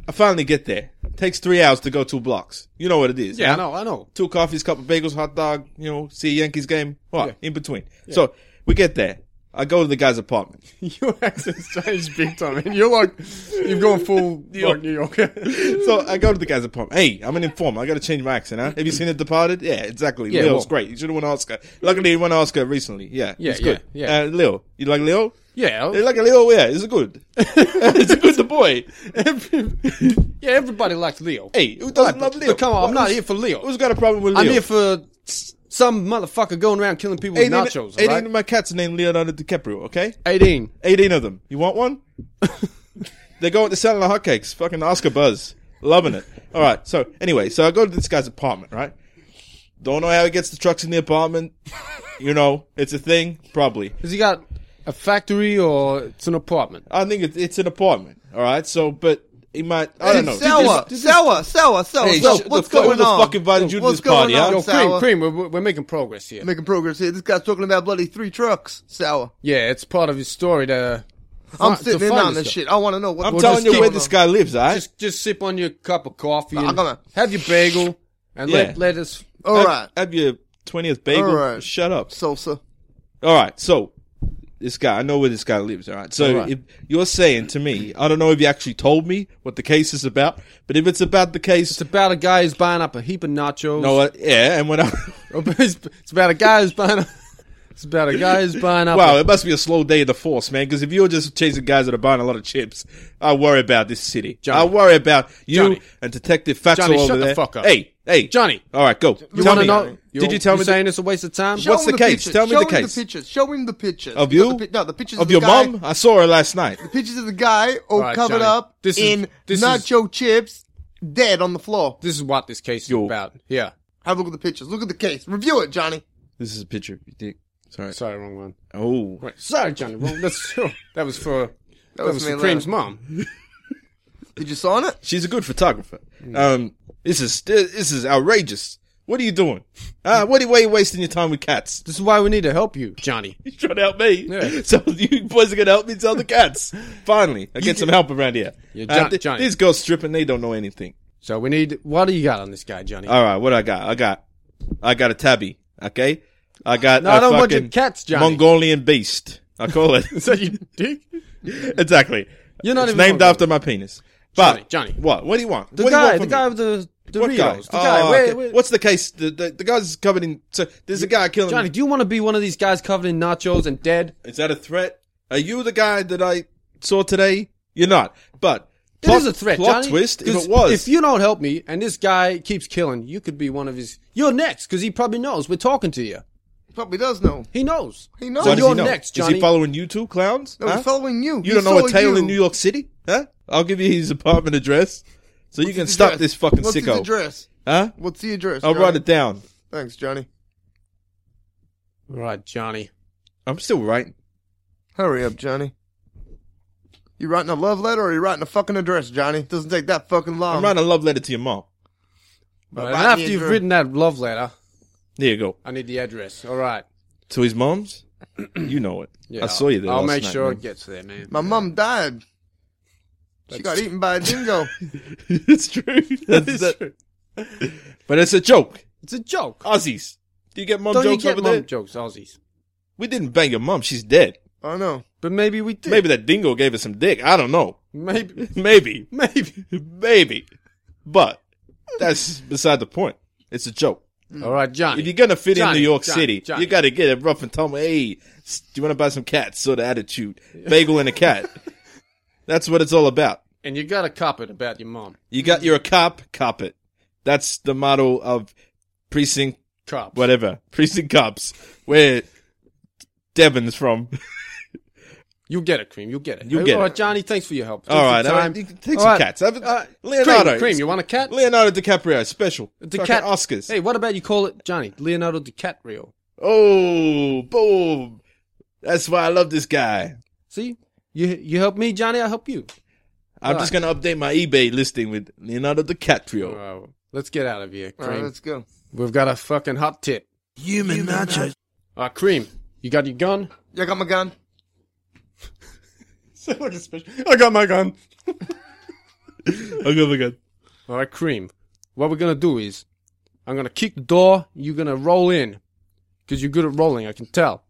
I finally get there. takes three hours to go two blocks. You know what it is. yeah, I huh? know, [laughs] I know. two coffees, couple bagels, hot dog, you know, see a Yankees game. What? In between. So we get there. I go to the guy's apartment. Your accent's changed big time, man. You're like, you've gone full [laughs] New York. Like New Yorker. so I go to the guy's apartment. Hey, I'm an informant. I got to change my accent. Huh? Have you seen The Departed? Yeah, exactly. Yeah, Leo's well- great. You should have won an Oscar. Luckily, he won an Oscar recently. Yeah, Yeah, it's good. yeah, yeah. Oh. Uh, Leo, you like Leo? yeah, You like Leo? Yeah, it's [laughs] good. it's a good boy. yeah. Everybody likes Leo. hey, who doesn't love Leo? But come on, I'm Who's- not here for Leo. Who's got a problem with Leo? I'm here for uh, s- some motherfucker going around killing people with nachos. all 18 right? of my cats are named Leonardo DiCaprio. Okay, 18. 18 of them. You want [laughs] one? they go to selling the hotcakes. Fucking Oscar Buzz. Loving it. All right. So, anyway, so I go to this guy's apartment, right? Don't know how he gets the trucks in the apartment. You know, it's a thing, probably. Has he got a factory or it's an apartment? I think it's, it's an apartment. All right. So, but he might. I Hey, don't know. Sour, Oh, sour, sour, sour. Hey, So shut the what's fuck- who going the on? fuck invited you to What's this party, going huh? on, Yo, Cream, sour? cream, we're, we're making progress here. Making progress here. This guy's talking about bloody three trucks, sour. Yeah, it's part of his story to. I'm to sitting in find on this this guy. shit. I want to know what. I'm what's telling you going where on. this guy lives, all right? Just, just sip on your cup of coffee I'm and gonna- have your bagel and let, Yeah. let us. All have, right, Have your 20th bagel. All right. Shut up. salsa. All right, so this guy, I know where this guy lives. All right, so All right. If you're saying to me, I don't know if you actually told me what the case is about, but if it's about the case, It's about a guy who's buying up a heap of nachos. [laughs] no, uh, yeah, and when I it's, it's about a guy who's buying up. It's about a guy who's buying up. Wow, a- it must be a slow day of the force, man. Because if you're just chasing guys that are buying a lot of chips, I worry about this city. I worry about you Johnny. and Detective Facts Johnny, all over shut the there. fuck up. Hey, hey, Johnny. All right, go. You tell wanna me. know- Did you tell me? you're saying it's a waste of time? What's him the case? pictures. Tell me Show the him case. The pictures. Show him the pictures. Of Not you? the pi- no, the pictures of, of, your the guy, mom? I saw her last night. The pictures of the guy all Alright, covered Johnny. up This is- in this is- nacho chips, dead on the floor. This is what this case is about. Yeah. Have a look at the pictures. Look at the case. Review it, Johnny. This is a picture of your dick. Sorry. Sorry, wrong one. Oh. Wait, sorry, Johnny. [laughs] Well, that's, oh, that was for that, was was, me for alone. Cream's mom. Did you sign it? She's a good photographer. Um, this is this is outrageous. What are you doing? Uh, what are, why are you wasting your time with cats? This is why we need to help you, Johnny. He's trying to help me. Yeah. [laughs] So you boys are going to help me sell the cats. [laughs] Finally, I get some help around here. Yeah, John- thi- Johnny. These girls stripping, they don't know anything. So we need. What do you got on this guy, Johnny? Uh, All right, what I got? I got, I got a tabby. Okay, I got. No, a I don't want your fucking cats, Johnny. Mongolian beast. I [laughs] call it is that your dick? [laughs] exactly. You're not it's even named Mongolian. after my penis. But Johnny, Johnny. what? What do you want? The What do you guy, want the from guy me? with the the What Rios, the guy? guy. Oh, where, okay. where- What's the case? The, the the guy's covered in. So there's a guy killing. Johnny? Do you want to be one of these guys covered in nachos and dead? Is that a threat? Are you the guy that I saw today? You're not. But It is a threat, Plot Johnny. twist. If 'Cause it was, if you don't help me, and this guy keeps killing, you could be one of his. You're next because he probably knows we're talking to you. He probably does know. He knows. He knows. So Why does you're he know? next, Is Johnny. he following you two clowns? No, he's Huh? following you. You He don't know a saw tail you. in New York City? Huh? I'll give you his apartment address so you can His stop address. this fucking What's sicko. His address? Huh? What's the address? I'll Johnny? write it down. Thanks, Johnny. Right, Johnny. I'm still writing. Hurry up, Johnny. You writing a love letter or you writing a fucking address, Johnny? Doesn't take that fucking long. I'm writing a love letter to your mom. Right, write after the you've address. written that love letter, There you go. I need the address. All right. To his mom's? [clears throat] You know it. I saw you there. I'll last make night, sure man. it gets there, man. My [laughs] mum died. She got eaten by a dingo. it's true. That is true. [laughs] But it's a joke. It's a joke. Aussies. Do you get mom Don't you jokes get over mum there? jokes, Aussies? we didn't bang your mom. She's dead. I know. But maybe we did. Maybe that dingo gave her some dick. I don't know. Maybe. Maybe. Maybe. Maybe. But that's beside the point. It's a joke. All right, Johnny. If you're gonna fit Johnny, in New York Johnny, City, Johnny. you gotta get a rough and tumble. Hey, s- do you want to buy some cats? Sort of attitude, bagel and a cat. That's what it's all about. and you got to cop it about your mom. You got you're a cop, cop it. That's the motto of precinct Cops. whatever precinct cops where Devon's from. You get it, Cream. You get it. You get all right, it. Johnny. Thanks for your help. all right, Thanks for all your right. time. You can take All some right. cats. Have, Uh, Leonardo, Cream, Cream, it's- you want a cat? Leonardo DiCaprio special. The Fucking cat Oscars. Hey, what about you call it Johnny Leonardo DiCaprio? Oh, boom! That's why I love this guy. See, you you help me, Johnny. I help you. I'm All just right. gonna update my eBay listing with Leonardo DiCaprio. Wow. Let's get out of here, All right, Cream. let's go. We've got a fucking hot tip. Human, nachos. Uh, Cream, you got your gun? Yeah, I got my gun. I got my [laughs] gun. Oh my [laughs] god. All right, Cream. What we're gonna do is, I'm gonna kick the door. You're gonna roll in, cause you're good at rolling. I can tell.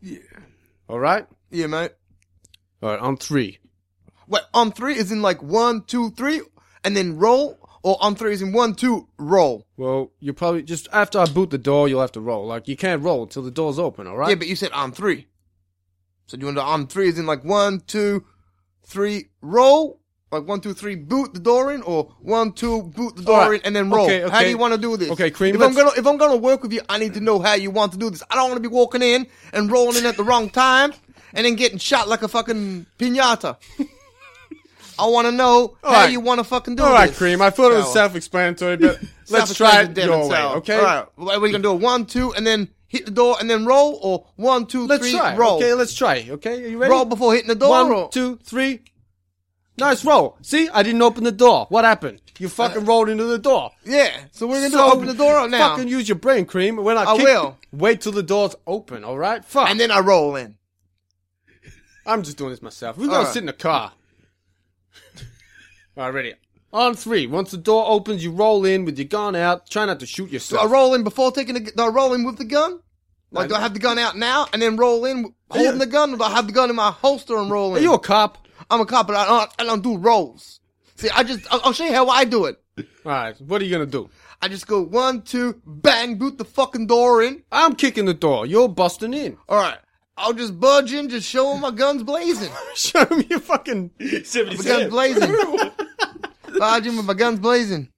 Yeah. All right. Yeah, mate. All right. On three. What on three is in like one, two, three, and then roll, or on three is in one, two, roll. Well, you probably just after I boot the door, you'll have to roll. Like you can't roll until the door's open. All right. Yeah, but you said on three. So do you want to on three is in like one, two, three, roll? Like one, two, three, boot the door in, or one, two, boot the door All right. in and then roll. Okay, How do okay. you want to do this? Okay, Cream, If I'm let's- gonna if I'm gonna work with you, I need to know how you want to do this. I don't want to be walking in and rolling in at the wrong time and then getting shot like a fucking [laughs] pinata. I want to know All how right. you want to fucking do All this. right, Cream. I thought it was So- self-explanatory, but let's try Self-explanatory it your Devin way, style. okay? All right. Well, we're gonna do a one, two, and then hit the door, and then roll, or one, two, Let's three, try. roll. Okay, let's try. Okay, are you ready? roll before hitting the door. One, or- two, three. Nice roll. See, I didn't open the door. What happened? You fucking rolled into the door. Uh, Yeah. So we're gonna So, do open the door up now, Fucking use your brain, Cream. When I, I kick- will. Wait till the door's open. All right. Fuck. and then I roll in. I'm just doing this myself. We're gonna right. sit in the car. [laughs] all right, ready. On three. Once the door opens, you roll in with your gun out. Try not to shoot Do I yourself. roll in before Oh, taking the? Do I roll in with the gun? Like, do I have the gun out now and then roll in holding the gun, or do I have the gun in my holster and roll Are in? you a cop? I'm a cop, but I don't, I don't do rolls. See, I just I'll, I'll show you how I do it. All right, what are you gonna do? I just go one, two, bang, boot the fucking door in. I'm kicking the door. You're busting in. All right, I'll just budge in, just show him my guns blazing. [laughs] show him your fucking my guns blazing. [laughs] budge in with my guns blazing.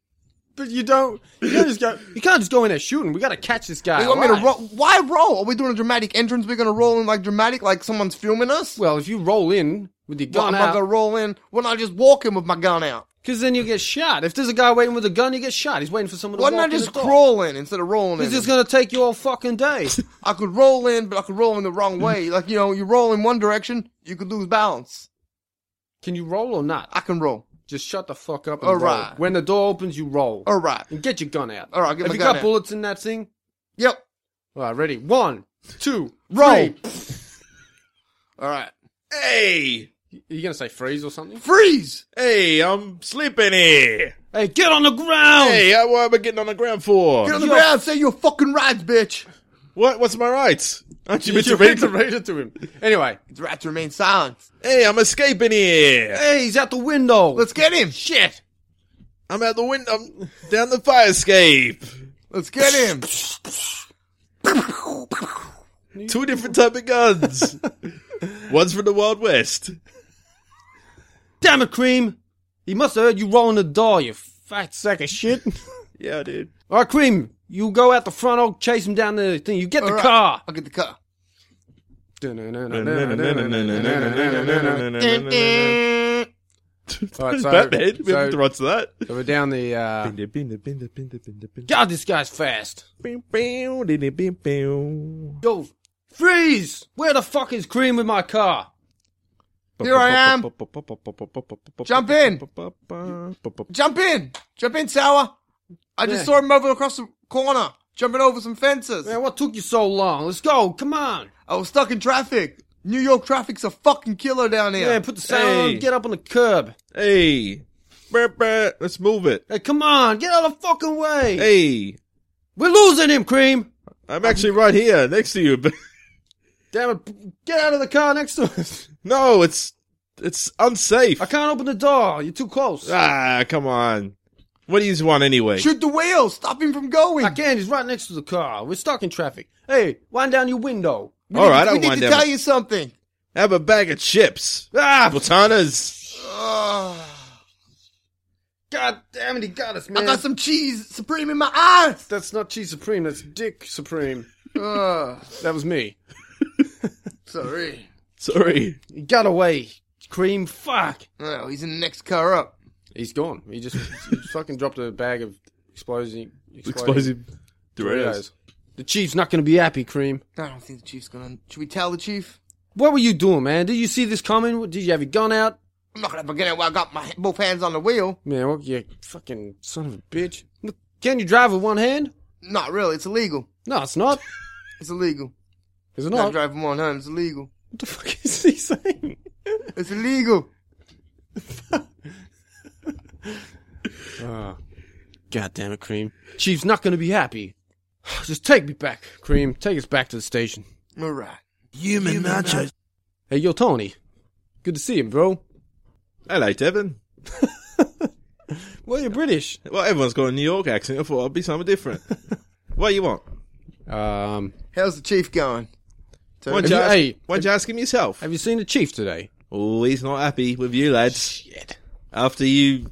But you don't. You don't just go. You can't just go in there shooting. We gotta catch this guy. You want me to alive. roll? Why roll? Are we doing a dramatic entrance? We're gonna roll in like dramatic, like someone's filming us. Well, if you roll in with your Why gun am I gonna out, roll in when I just walk in with my gun out? because then you get shot. If there's a guy waiting with a gun, you get shot. He's waiting for someone to Why didn't I walk in just the door. crawl in instead of rolling in? It's just gonna take you all fucking day. [laughs] I could roll in, but I could roll in the wrong [laughs] way. Like you know, you roll in one direction, you could lose balance. Can you roll or not? I can roll. Just shut the fuck up. And All roll. right. When the door opens, you roll All right. and get your gun out. All right, I'll get Have my you gun got out. bullets in that thing? Yep. All right, ready. One, two, Roll. three. [laughs] All right. Hey, Are you gonna say freeze or something? Freeze. hey, I'm sleeping here. Hey, get on the ground! Hey, uh, what am I getting on the ground for? Get on the ground. Say your fucking rights, bitch. What? What's my rights? Aren't you [laughs] meant [laughs] to you read read the? it to him. Anyway, It's right to remain silent. Hey, I'm escaping here. hey, he's out the window. Let's get him. Shit. I'm out the window. I'm down the fire escape. Let's get him. Two different type [laughs] of guns. One's from the Wild West. Damn it, Cream. He must have heard you rolling the door, you fat sack [laughs] of shit. Yeah, dude. All right, Cream, you go out the front, I'll chase him down the thing. You get the All right. car. I'll get the car. Batman. All right, so, We have to so, watch that. so we're down the. Uh, God, this guy's fast. Yo, freeze! Where the fuck is Cream with my car? Here I am. Jump in. Jump in. Jump in, Sour. I just Yeah. saw him over across the corner, jumping over some fences. Man, what took you so long? Let's go, come on. I was stuck in traffic. New York traffic's a fucking killer down here. Yeah, put the sound Hey. on, get up on the curb. Hey. Brr, brr. Let's move it. Hey, come on, get out of the fucking way. Hey. We're losing him, Cream. I'm actually right here next to you. [laughs] but- Damn it, p- get out of the car next to us. no, it's it's unsafe. I can't open the door, you're too close. Ah, come on. What do you want anyway? Shoot the wheel. Stop him from going. I can't, he's right next to the car. We're stuck in traffic. Hey, wind down your window. We All need- right, I we need wind to down. tell you something. Have a bag of chips. Ah, Botanas. god damn it, he got us, I man. got some cheese supreme in my eyes. That's not Cheese Supreme, that's Dick [laughs] Supreme. Ugh, That was [laughs] me. sorry. Sorry. He got away. Cream, fuck. Oh, he's in the next car up. He's gone. He just, he just fucking dropped a bag of explosive Explosive. Doritos. Doritos. The chief's not going to be happy, Cream. I don't think the chief's gonna. Should we tell the chief? What were you doing, man? Did you see this coming? Did you have your gun out? I'm not gonna begin it while I got my both hands on the wheel. Man, what you fucking son of a bitch. Look, Can you drive with one hand? Not really. It's illegal. No, it's not. [laughs] It's illegal. Is it No, I'm not? driving one hand. It's illegal. What the fuck is he saying? It's illegal. [laughs] God damn Ah, it, Cream. Chief's not going to be happy. [sighs] Just take me back, Cream. Take us back to the station. All right. Human, nachos. Hey, yo, Tony. Good to see him, bro. Hello, Devin. Well, you're British. Well, everyone's got a New York accent. I thought I'd be something [laughs] different. what you want? Um, How's the chief going? Why don't Have you, you- ask, hey, why don't you ask him yourself? have you seen the chief today? Oh, he's not happy with you, lads. After you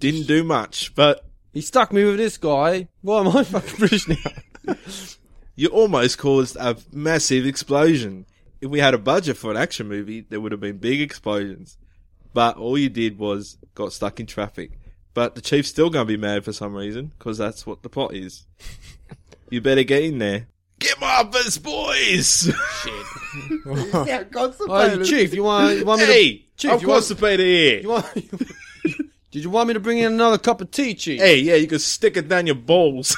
didn't do much, but He stuck me with this guy. Why am I fucking British now? [laughs] you almost caused a massive explosion. If we had a budget for an action movie, there would have been big explosions. But all you did was got stuck in traffic. But the chief's still going to be mad for some reason, because that's what the [laughs] plot is. you better get in there. Get my uppers, boys! Yeah, oh, you constipated. chief, you want you want me hey! to? Chief, I'm you want, constipated here. you want- [laughs] Did you want me to bring in another cup of tea, chief? Hey, yeah, you can stick it down your balls.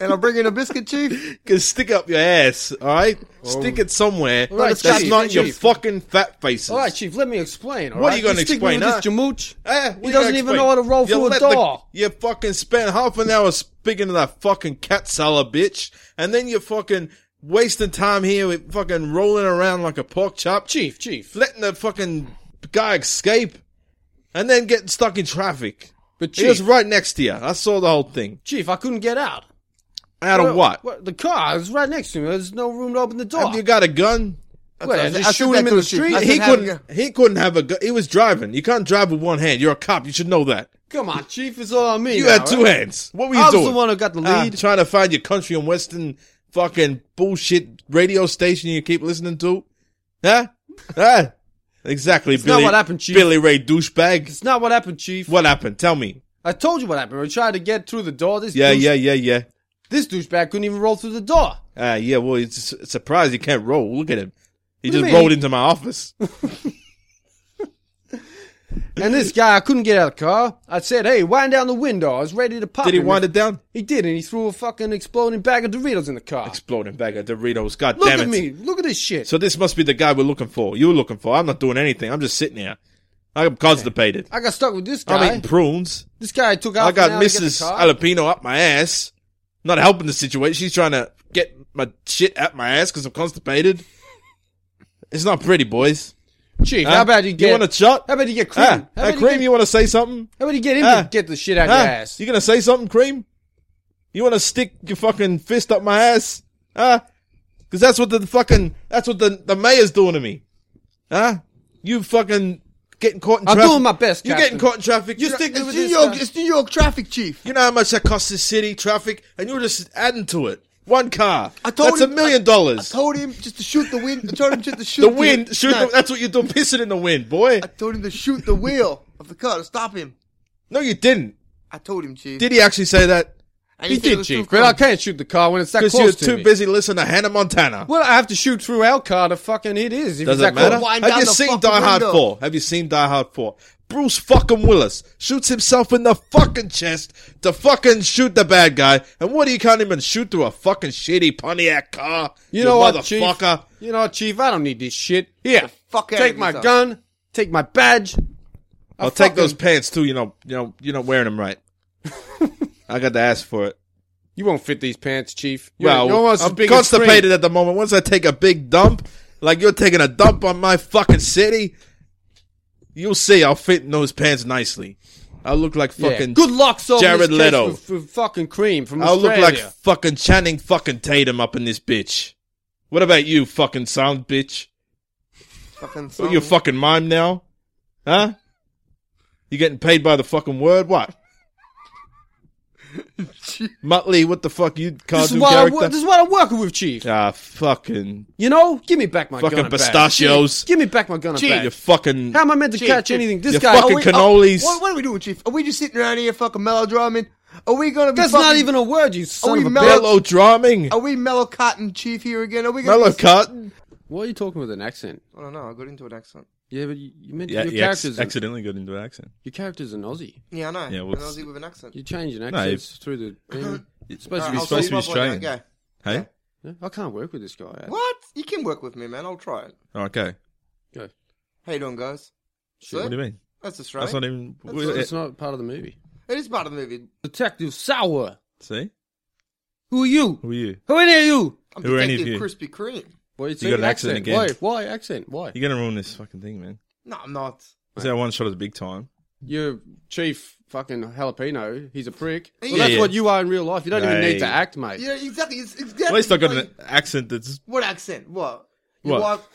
And I'm bringing a biscuit, chief. you can stick it up your ass, alright? Stick it somewhere. Alright, That's chief, not your chief. fucking fat faces. All right, chief, let me explain. all What are right? you gonna stick me explain, with huh? this jamooch? Eh, he what doesn't you gonna even explain? know how to roll You through a let the- door. you fucking spent half an hour speaking to that fucking cat seller bitch, and then you're fucking wasting time here with fucking rolling around like a pork chop, Chief, chief. letting the fucking guy escape, and then getting stuck in traffic. But He Chief- was right next to you. I saw the whole thing. Chief, I couldn't get out. Out of what? The car is right next to me. There's no room to open the door. Have you got a gun? What, I I said- just I said shoot that him to in the the chief. street? I He said- Hey, have couldn't. He couldn't have a gun. He was driving. You can't drive with one hand. You're a cop. You should know that. come on, Chief, it's all on me. You now, had two right? hands. What were you I was doing? the one who got the Ah, lead. trying to find your country and western fucking bullshit radio station you keep listening to, huh? Huh? Exactly, not Billy. what happened, Chief. Billy Ray douchebag. It's not what happened, Chief. What happened? Tell me. I told you what happened. We tried to get through the door. This Yeah, douche- yeah, yeah, yeah. This douchebag couldn't even roll through the door. Ah, yeah. Well, it's a surprise. He can't roll. Look at him. He do you just mean? rolled into my office. And this guy, I couldn't get out of the car. I said, "Hey, wind down the window." I was ready to pop. Did he him. wind it down? He did, and he threw a fucking exploding bag of Doritos in the car. Exploding bag of Doritos. God Look damn at it. me. Look at this shit. So this must be the guy we're looking for. You were looking for. I'm not doing anything. I'm just sitting here. I'm constipated. I got stuck with this guy. I'm eating prunes. this guy took out. I got Mrs. Alapino up my ass. Not helping the situation. She's trying to get my shit out my ass because I'm constipated. It's not pretty, boys. Chief, Huh? how about you get? You want a shot? how about you get cream? Ah, how, ah, about you cream, get, you want to say something? how about you get him Ah. to get the shit out Ah, your ass? You gonna say something, cream? You want to stick your fucking fist up my ass? Huh? Because that's what the fucking that's what the the mayor's doing to me. Huh? You fucking getting caught in I'm traffic. doing my best, You're Captain. getting caught in traffic. You're sticking It's with New this York. guy. It's New York traffic, chief. You know how much that costs the city traffic, and you're just adding to it. One car. I told that's him- a million I dollars. told him just to shoot the wind. I told him just to shoot [laughs] The wind. Shoot no, the, that's what you're doing. Pissing in the wind, boy. I told him to shoot the wheel of the car to stop him. No, you didn't. I told him, chief. Did he actually say that? And he said it did, was Chief. still But I coming. can't shoot the car when it's that Because you're close to too me. busy listening to Hannah Montana. Well, I have to shoot through our car to fucking hit his. If it's Doesn't that matter. close. wind Have down you the seen fucking Die Hard window. 4? Have you seen Die Hard 4? Bruce fucking Willis shoots himself in the fucking chest to fucking shoot the bad guy. And what, you can't even shoot through a fucking shitty Pontiac car? You, know what, Chief? motherfucker. You know what, Chief? I don't need this shit. Yeah. Fuck out Take of my yourself. gun. Take my badge. I'll take those pants too. You know, you know, you're not wearing [laughs] them right. I got to ask for it. You won't fit these pants, Chief. You Well, you're almost as I'm big as constipated at the moment. Once I take a big dump, like you're taking a dump on my fucking city, you'll see. I'll fit in those pants nicely. I look like cream. Yeah. fucking. Good luck, solving Jared this case Leto. with- with fucking cream from I'll look Australia. like fucking Channing fucking Tatum up in this bitch. What about you, fucking sound bitch? Fucking What, you a fucking mime now? Huh? You getting paid by the fucking [laughs] word? What? Muttley, what the fuck? You can't this, is do what I, wo- character? this is what I'm working with, Chief. Ah, fucking. You know, give me back my Fucking gun and badge. pistachios. Give, give me back my gun and You badge. fucking. How am I meant to catch anything? This you guy. fucking Oh, wait, cannolis. What, what are we doing, chief? Are we just sitting around here fucking melodramming? Are we gonna be? that's fucking, not even a word, you son we of a mellow- bitch. Mellow drumming. Are we mellow cotton chief here again? Are we gonna? Mellow be, cotton. Why are you talking with an accent? I don't know. I got into an accent. Yeah, but you, you meant Yeah, your he ex- character's an, accidentally got into an accent. your character's an Aussie. Yeah, I know. Yeah, Yeah, what's- and I was with an accent. You're changing No, accents through the. Thing. It's supposed All right, to be. I'll supposed see to what be way I Australian. go. Hey? Yeah, I can't work with this guy. eh? What? You can work with me, man. I'll try it. Oh, okay. Go. How you doing, guys? Shit, Sir? What do you mean? That's Australian. That's not even. That's we- not- eh, It's not part of the movie. It is part of the movie. Detective Sauer. See? Who are you? Who are you? Who are you? I'm Who are any of Detective you? Krispy Kreme. Why you got an accent again. Why? Why accent? Why? You're gonna ruin this fucking thing, man. No, I'm not. Is that one shot at a big time? Your chief fucking jalapeno. He's a prick. Well, Yeah, that's yeah. what you are in real life. You don't even Hey. need to act, mate. Yeah, exactly. It's exactly. At least I got like- an accent that's What accent? What? What? What,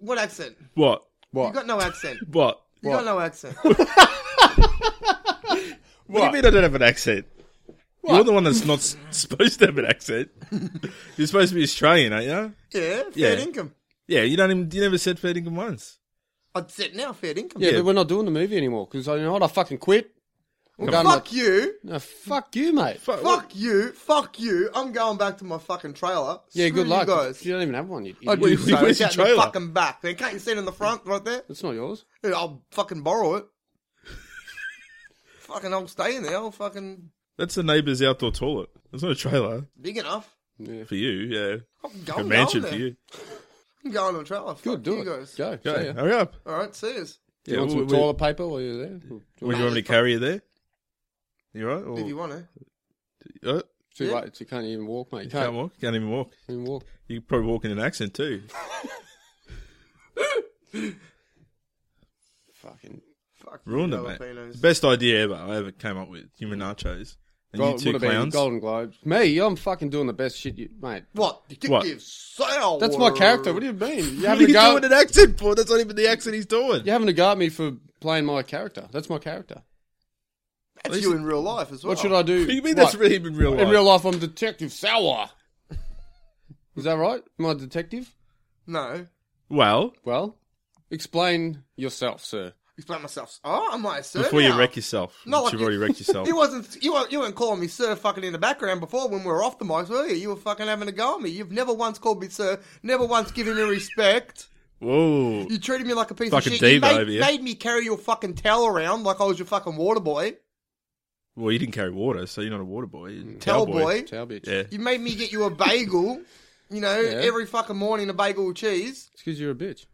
what accent? what? You got no accent. What? You got no [laughs] accent. What do you mean I don't have an accent? You're the one that's not s- [laughs] supposed to have an accent. You're supposed to be Australian, aren't you? Yeah, fair Yeah. income. Yeah, you don't even. You never said fair income once. I'd sit now, fair income. Yeah, but we're not doing the movie anymore because you know what? I fucking quit. I'm going Fuck back- you. No, fuck you, mate. Fuck. what- Fuck you. Fuck you. I'm going back to my fucking trailer. yeah, Screw good luck. You guys. You don't even have one. You I idiot. do you- so. [laughs] It's where's your out in the trailer? fucking back. Man, can't you see it in the front right there? It's not yours. Dude, I'll fucking borrow [laughs] it. fucking, I'll stay in there. I'll fucking That's the neighbour's outdoor toilet. It's not a trailer big enough. for you. Yeah, I'm a going mansion down for there. you. I'm going to a trailer. Fuck Good, do you it. guys. Go. Go, See ya. hurry up. All right, see yous. Do you want we- some we- toilet paper while you're there? Would you want me to carry you there? You all right? Or, If you want to. Uh, Too Yeah. late. You can't even walk, mate. You can't can't, walk. Can't even walk. even walk. You could probably walk in an accent too. Fucking Fuck you, Ruined it, mate. jalapenos. Best idea ever I ever came up with. Human nachos. And Gold- you two would've been clowns. Golden Globes. Me, I'm fucking doing the best shit, you, mate. What? What? That's my character. What do you [laughs] mean? You What are having a you go? doing an accent for? That's not even the accent he's doing. You're having a go at me for playing my character. That's my character. That's you in real life as well. What should I do? What do you mean that's What? really in real life? In real life, I'm Detective Sour. Is that right? Am I a detective? No. Well, Well, explain yourself, sir. Explain myself. Oh, am I a sir? before you now? wreck yourself, No, which like you've you- [laughs] already wrecked yourself. You wasn't you weren't, you weren't calling me sir fucking in the background before when we were off the mics, were you? You were fucking having a go at me. You've never once called me sir, never once given me respect. Whoa. You treated me like a piece Fucking of shit. You diva made, over here. made me carry your fucking towel around like I was your fucking water boy. Well, you didn't carry water, so you're not a water boy. You're a Towel towel boy. Towel bitch. Yeah. [laughs] You made me get you a bagel. You know, every fucking morning a bagel with cheese. It's because you're a bitch.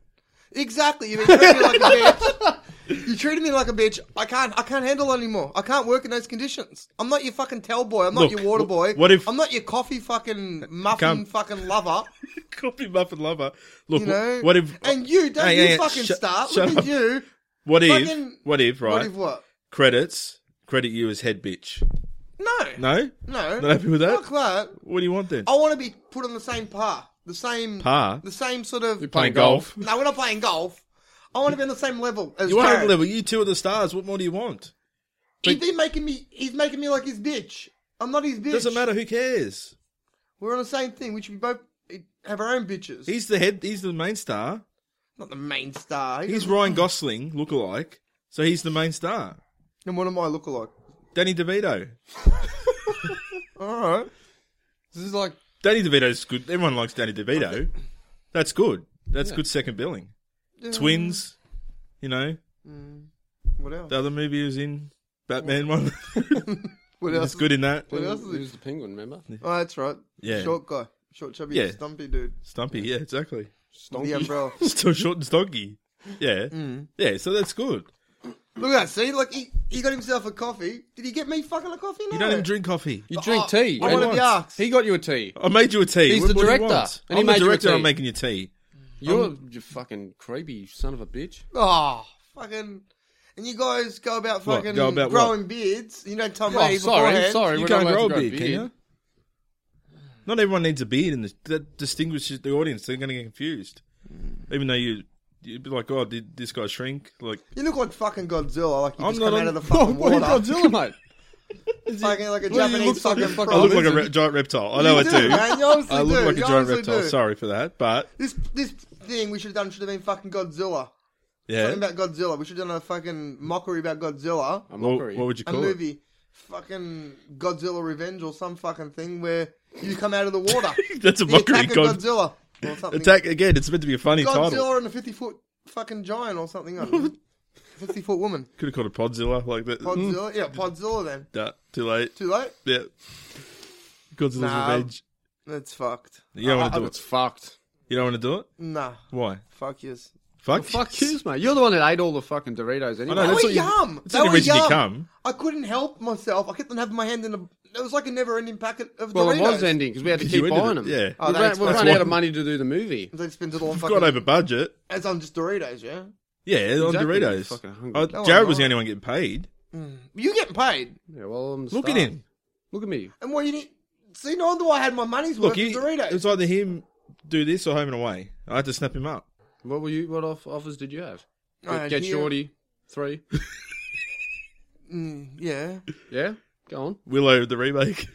Exactly. You treated me [laughs] like a bitch. You treated me like a bitch. I can't. I can't handle it anymore. I can't work in those conditions. I'm not your fucking towel boy. I'm not Look, your water wh- boy. what if- I'm not your coffee fucking muffin Come. fucking lover? Coffee muffin lover. Look, You know. wh- what if? And you don't Hey, you hey, hey, fucking shut- start. shut Look up. at you. What if? fucking- what if? Right. What if what? Credits credit you as head bitch. No. No. No. Not happy with that. Fuck that. What do you want then? I want to be put on the same par. The same Par? The same sort of. You're playing golf. No, we're not playing golf. I want to be on the same level as You are Jared. the level. You two are the stars. What more do you want? He's been making me. He's making me like his bitch. I'm not his bitch. Doesn't matter. Who cares? We're on the same thing. We should be both eh, have our own bitches. He's the head. He's the main star. not the main star. He He's doesn't- Ryan Gosling look-alike. So he's the main star. And what am I looking like? Danny DeVito. All right. This is like Danny DeVito's good. Everyone likes Danny DeVito. That's good. That's good second billing. Twins. You know What else? the other movie he was in Batman one. What else? That's good in that. What else he is was the penguin. Remember? it? Oh, that's right. Yeah. Short guy. Short chubby Yeah. stumpy dude. Stumpy. Yeah, exactly. [laughs] The umbrella. Still short and stocky. Yeah. Yeah. So that's good. Look at that. See, look, he, he got himself a coffee. Did he get me fucking a coffee? No. You don't even drink coffee. You drink Oh, tea. I wanna and- be asked. He got you a tea. I made you a tea. He's What- the what do you director, want? and he I'm the made you a director. tea. I'm making your tea. You're you fucking creepy son of a bitch. Oh, fucking. And you guys go about What? fucking Go about what? growing beards. You don't tell me Oh, sorry, beforehand. sorry. You we're can't not allowed grow a to beard, [laughs] can you? Not everyone needs a beard, and this- that distinguishes the audience. They're going to get confused, Mm. even though you you'd be like, "Oh, did this guy shrink?" Like, You look like fucking Godzilla. Like you I'm just not come out on- of the [laughs] fucking water. Godzilla, mate. Fucking like a Well, you Japanese look like a fucking. fucking- I frog. look like a re- giant reptile. I know You I do, do. man. You obviously I look do. like a You giant obviously reptile. do. Sorry for that, but This this thing we should have done should have been fucking Godzilla. Something yeah. about Godzilla. We should have done a fucking mockery about Godzilla. A What, mockery. what would you A call it? movie. Fucking Godzilla Revenge or some fucking thing where you come out of the water. [laughs] That's a the mockery, Attack God- of Godzilla. Or something. Attack again. It's meant to be a funny Godzilla title. and a 50 foot fucking giant or something. I don't [laughs] know. 50 foot woman. Could have called it Podzilla, like that. Podzilla? Yeah, Podzilla then. Nah, too late. Too late? Yeah. Godzilla's Nah. revenge. That's fucked. You don't want to do It's it. fucked. You don't want to do it. Nah. Why? Fuck yes. [laughs] Fuck. Fuck yous, mate. You're the one that ate all the fucking Doritos I anyway. know. They That's were what you. yum. That's They the were reason you yum. come. I couldn't help myself. I kept on having my hand in a. It was like a never ending packet of well, Doritos. it was ending because we had to You keep ended buying it, them. yeah. Oh, that we ran, we explains ran why. out of money to do the movie. They spent it all on We've gone fucking over budget. as on just Doritos, yeah. Yeah, on Exactly. Doritos. Fucking hungry. Oh, No, Jared I'm was the not. only one getting paid. You getting paid, Yeah, well, I'm Look starved. at him. Look at me. and what you need? See, no wonder why I had my money's Look, worth he, of Doritos. it was either him do this or home and away. I had to snap him up. What were you? What off- offers did you have? I Get, had get here- shorty [laughs] three. Mm, yeah, Yeah, go on. Willow the remake.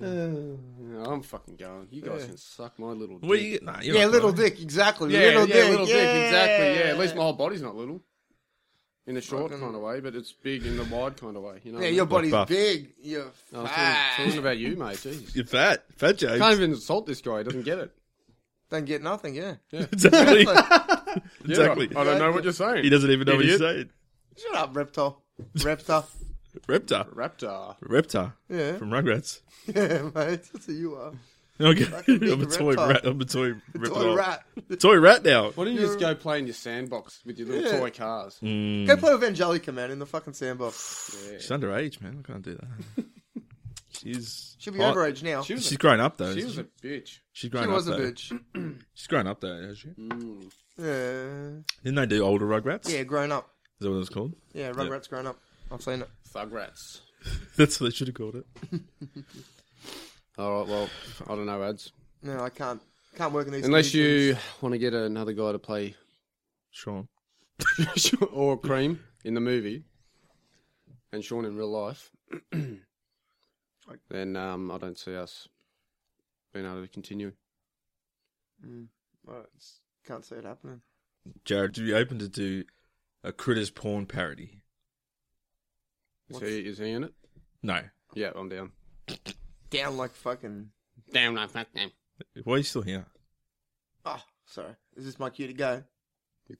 Yeah, I'm fucking going. You guys can suck my little. Where dick. you? Nah, you're yeah, not little going. dick, exactly. Yeah, little yeah, dick, little yeah. dick, exactly. Yeah, at least my whole body's not little. In the short kind of way, but it's big in the wide kind of way. You know. Yeah, what I your body's mean? buff. big. You're I was fat. talking, talking about you, mate. Jeez. [laughs] You're fat, fat James. Can't even insult this guy. He doesn't [laughs] get it. Don't get nothing. Yeah, [laughs] [laughs] exactly. Yeah, exactly. I, I don't know what you're saying. He doesn't even know what he's saying. shut up, reptile. Reptile. Reptar. Raptor. Reptar Yeah, from Rugrats. [laughs] [laughs] yeah, mate. That's who you are. Okay. can be I'm a the toy reptile. rat. I'm a [laughs] toy Toy reptile. rat. Toy rat now. Why don't you just go play in your sandbox with your little Yeah. toy cars? Mm. Go play with Angelica, man, in the fucking sandbox. [laughs] She's underage, man. I can't do that. She's She'll be hot. overage now. She was She's a- grown up though. she isn't was a bitch. She's She grown up. was a though. bitch. She's grown up though, has she? Mm, Yeah. Didn't they do older Rugrats? Yeah, grown up. Is that what [laughs] it's called? Yeah, Rugrats grown up. I've seen it. Thugrats. That's what they should have called it. All right. Well, I don't know ads. No, I can't. Can't work in these. Unless conditions. you want to get another guy to play Sean [laughs] or Cream in the movie, and Sean in real life, [clears throat] then um, I don't see us being able to continue. Mm, well, it's- can't see it happening. Jared, would you be open to do a critters porn parody? Is he, is he in it? No. Yeah, I'm down. Down like fucking. Damn, like fuck them. Why are you still here? Oh, sorry. Is this my cue to go?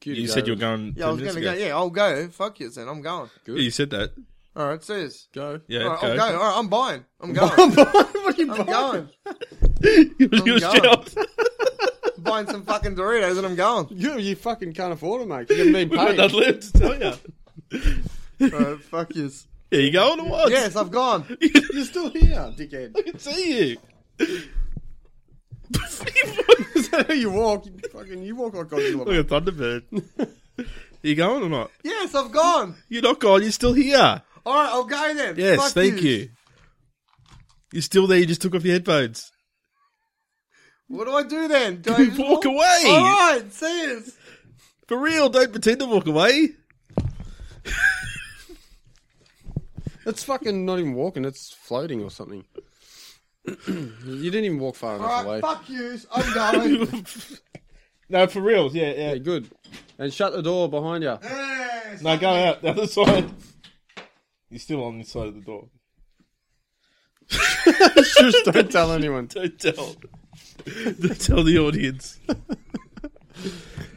to You said go. you were going Yeah, 10 I was minutes gonna go. ago. Yeah, I'll go. Fuck you, then. I'm going. Yeah, you said that. All right, serious. Go. [laughs] Yeah, All right, go. I'll go. All right, I'm buying. I'm going. I'm buying. What are you I'm buying? Going. [laughs] You're I'm going. [laughs] buying some fucking Doritos and I'm going. [laughs] You you fucking can't afford it, mate. You're [laughs] being We've got paid. nothing left to tell you. Alright, fuck yous. Yeah, you going or what? Yes, I've gone. You're still here, dickhead. [laughs] I can see you. [laughs] Is that how you walk? You fucking you walk like Godzilla. Look at Thunderbird. [laughs] you going or not? Yes, I've gone. You're not gone. You're still here. All right, I'll go then. Yes, Fuck thank yous. you. You're still there. You just took off your headphones. What do I do then? Do I just Walk away. All right, see yous. For real, don't pretend to walk away. That's fucking not even walking. It's floating or something. [clears throat] you didn't even walk far All enough away. right, fuck yous. I'm [laughs] going. [laughs] No, for reals. Yeah, yeah. good. And shut the door behind [laughs] you. No, go out the other side. You're still on this side of the door. Just don't tell anyone. Don't tell. Don't tell the audience.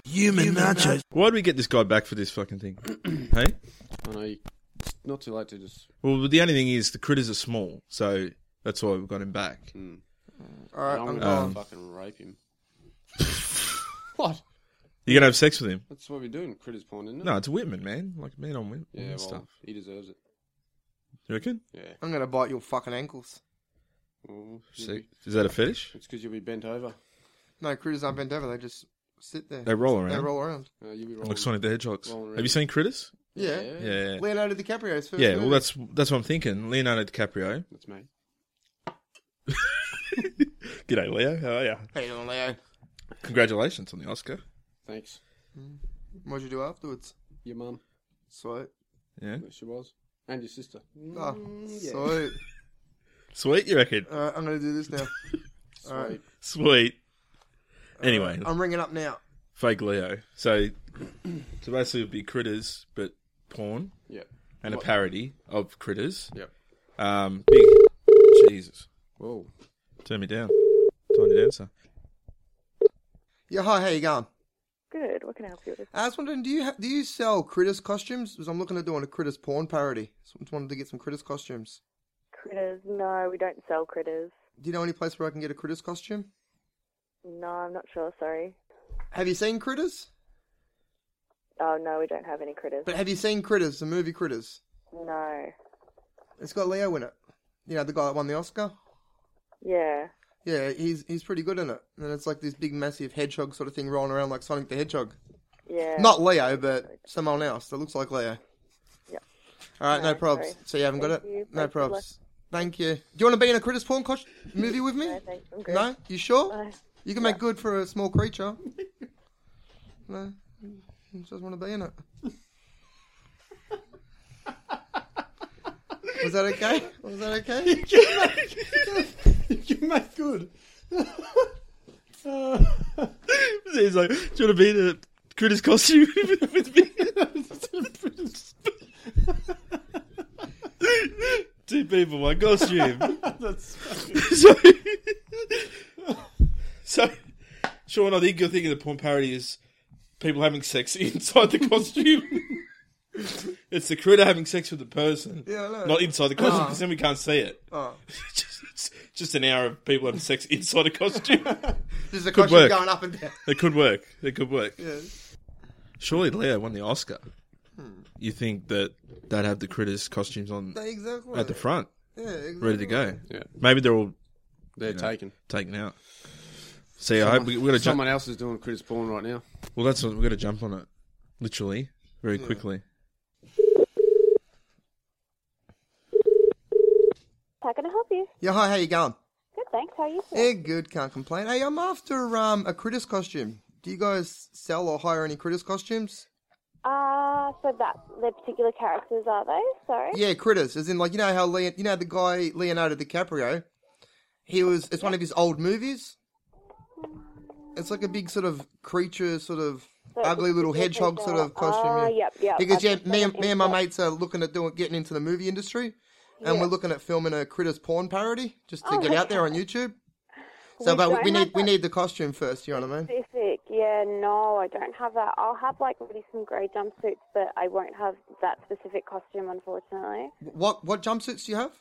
Human, nachos. Why do we get this guy back for this fucking [clears throat] thing? hey. I know. you- It's not too late to just. Well, the only thing is the critters are small, so that's why we've got him back. All right, I'm I'm gonna gone. fucking rape him. what? You're gonna have sex with him? That's what we're doing, critters porn, isn't it? No, it's Whitman, man. Like man on Whitman Yeah, well, stuff. he deserves it. You reckon? Yeah. I'm gonna bite your fucking ankles. Well, you'll See, be- is that a fetish? It's because you'll be bent over. No, critters aren't bent over. They just sit there. They roll They around. roll around. Uh, you'll be rolling. Like Sonic the Hedgehogs. Rolling Have you seen Critters? Yeah. Yeah. Leonardo DiCaprio's first. yeah. movie. Well, that's that's what I'm thinking. Leonardo DiCaprio. That's me. G'day, Leo. How are you? Hey, on, Leo. Congratulations on the Oscar. Thanks. What'd you do afterwards? Your mum. Sweet. Yeah. She was. And your sister. Oh, yeah. sweet. Sweet, you reckon? All right, I'm gonna do this now. All right. Sweet. [laughs] Anyway, I'm ringing up now. fake Leo. So, so basically, it'd be Critters, but porn Yeah. and a parody of Critters. Yep. Um, big. Jesus. Whoa. Turn me down. Tiny dancer. Yeah, hi. How you going? Good. What can I help you with? I was wondering, do you ha- do you sell critters costumes? Because I'm looking at doing a critters porn parody. So I just wanted to get some critters costumes. Critters? No, we don't sell critters. Do you know any place where I can get a critters costume? No, I'm not sure. Sorry. Have you seen Critters? Oh no, we don't have any critters. But have you seen Critters, the movie Critters? No. It's got Leo in it. You know the guy that won the Oscar. Yeah. Yeah, he's he's pretty good in it. And it's like this big, massive hedgehog sort of thing rolling around like Sonic the Hedgehog. Yeah. Not Leo, but someone else that looks like Leo. Yep. All right, no, probs. sorry. So you haven't got Thank it. you. No Best of luck. probs. Thank you. Do you want to be in a critters porn co- movie with me? [laughs] No, thanks. I'm good. No? You sure? No. You can make good for a small creature. [laughs] no, he just want to be in [laughs] it. Was that okay? Was that [laughs] okay? you make good. [laughs] He's like, do you want to be in a Critters costume [laughs] with me? Two people, [laughs] one costume. That's [laughs] so, so, Sean, I think you're thinking the porn parody is people having sex [laughs] inside the costume. [laughs] it's the critter having sex with the person, Yeah, I know. not inside the costume, Ah. because then we can't see it. [laughs] Oh, just, it's just an hour of people having sex inside a costume. [laughs] there's a Good question work. going up and [laughs] down. it could work. It could work. Yeah. Surely Leo won the Oscar. You think that they'd have the critters costumes on Exactly. at the front? ready to go. Yeah. Maybe they're all They're you know, taken. taken out. See, I hope we, we're gonna jump. someone else is doing Chris Pawn right now. Well, that's what we're gonna jump on it, literally, very quickly. How can I help you? Yeah, hi, how you going? Good, thanks. How are you? Yeah, good, can't complain. Hey, I'm after um, a Critters costume. Do you guys sell or hire any Critters costumes? Uh, so that the particular characters are they? Sorry. Yeah, Critters, as in like you know how Leon, you know the guy Leonardo DiCaprio, he was it's one of his old movies. It's like a big sort of creature, sort of So ugly it's- little it's hedgehog like sort a- of costume. ah, Oh, yeah. yep, yep, Because I've yeah, just me done and, it, me and my yep. mates are looking at doing getting into the movie industry, and Yeah. we're looking at filming a Critters porn parody just to Oh, get out there on okay. YouTube. So, We but we, don't we have need we need the costume first. You know what I mean? Specific. Yeah, no, I don't have that. I'll have like really some grey jumpsuits, but I won't have that specific costume, unfortunately. What what jumpsuits do you have?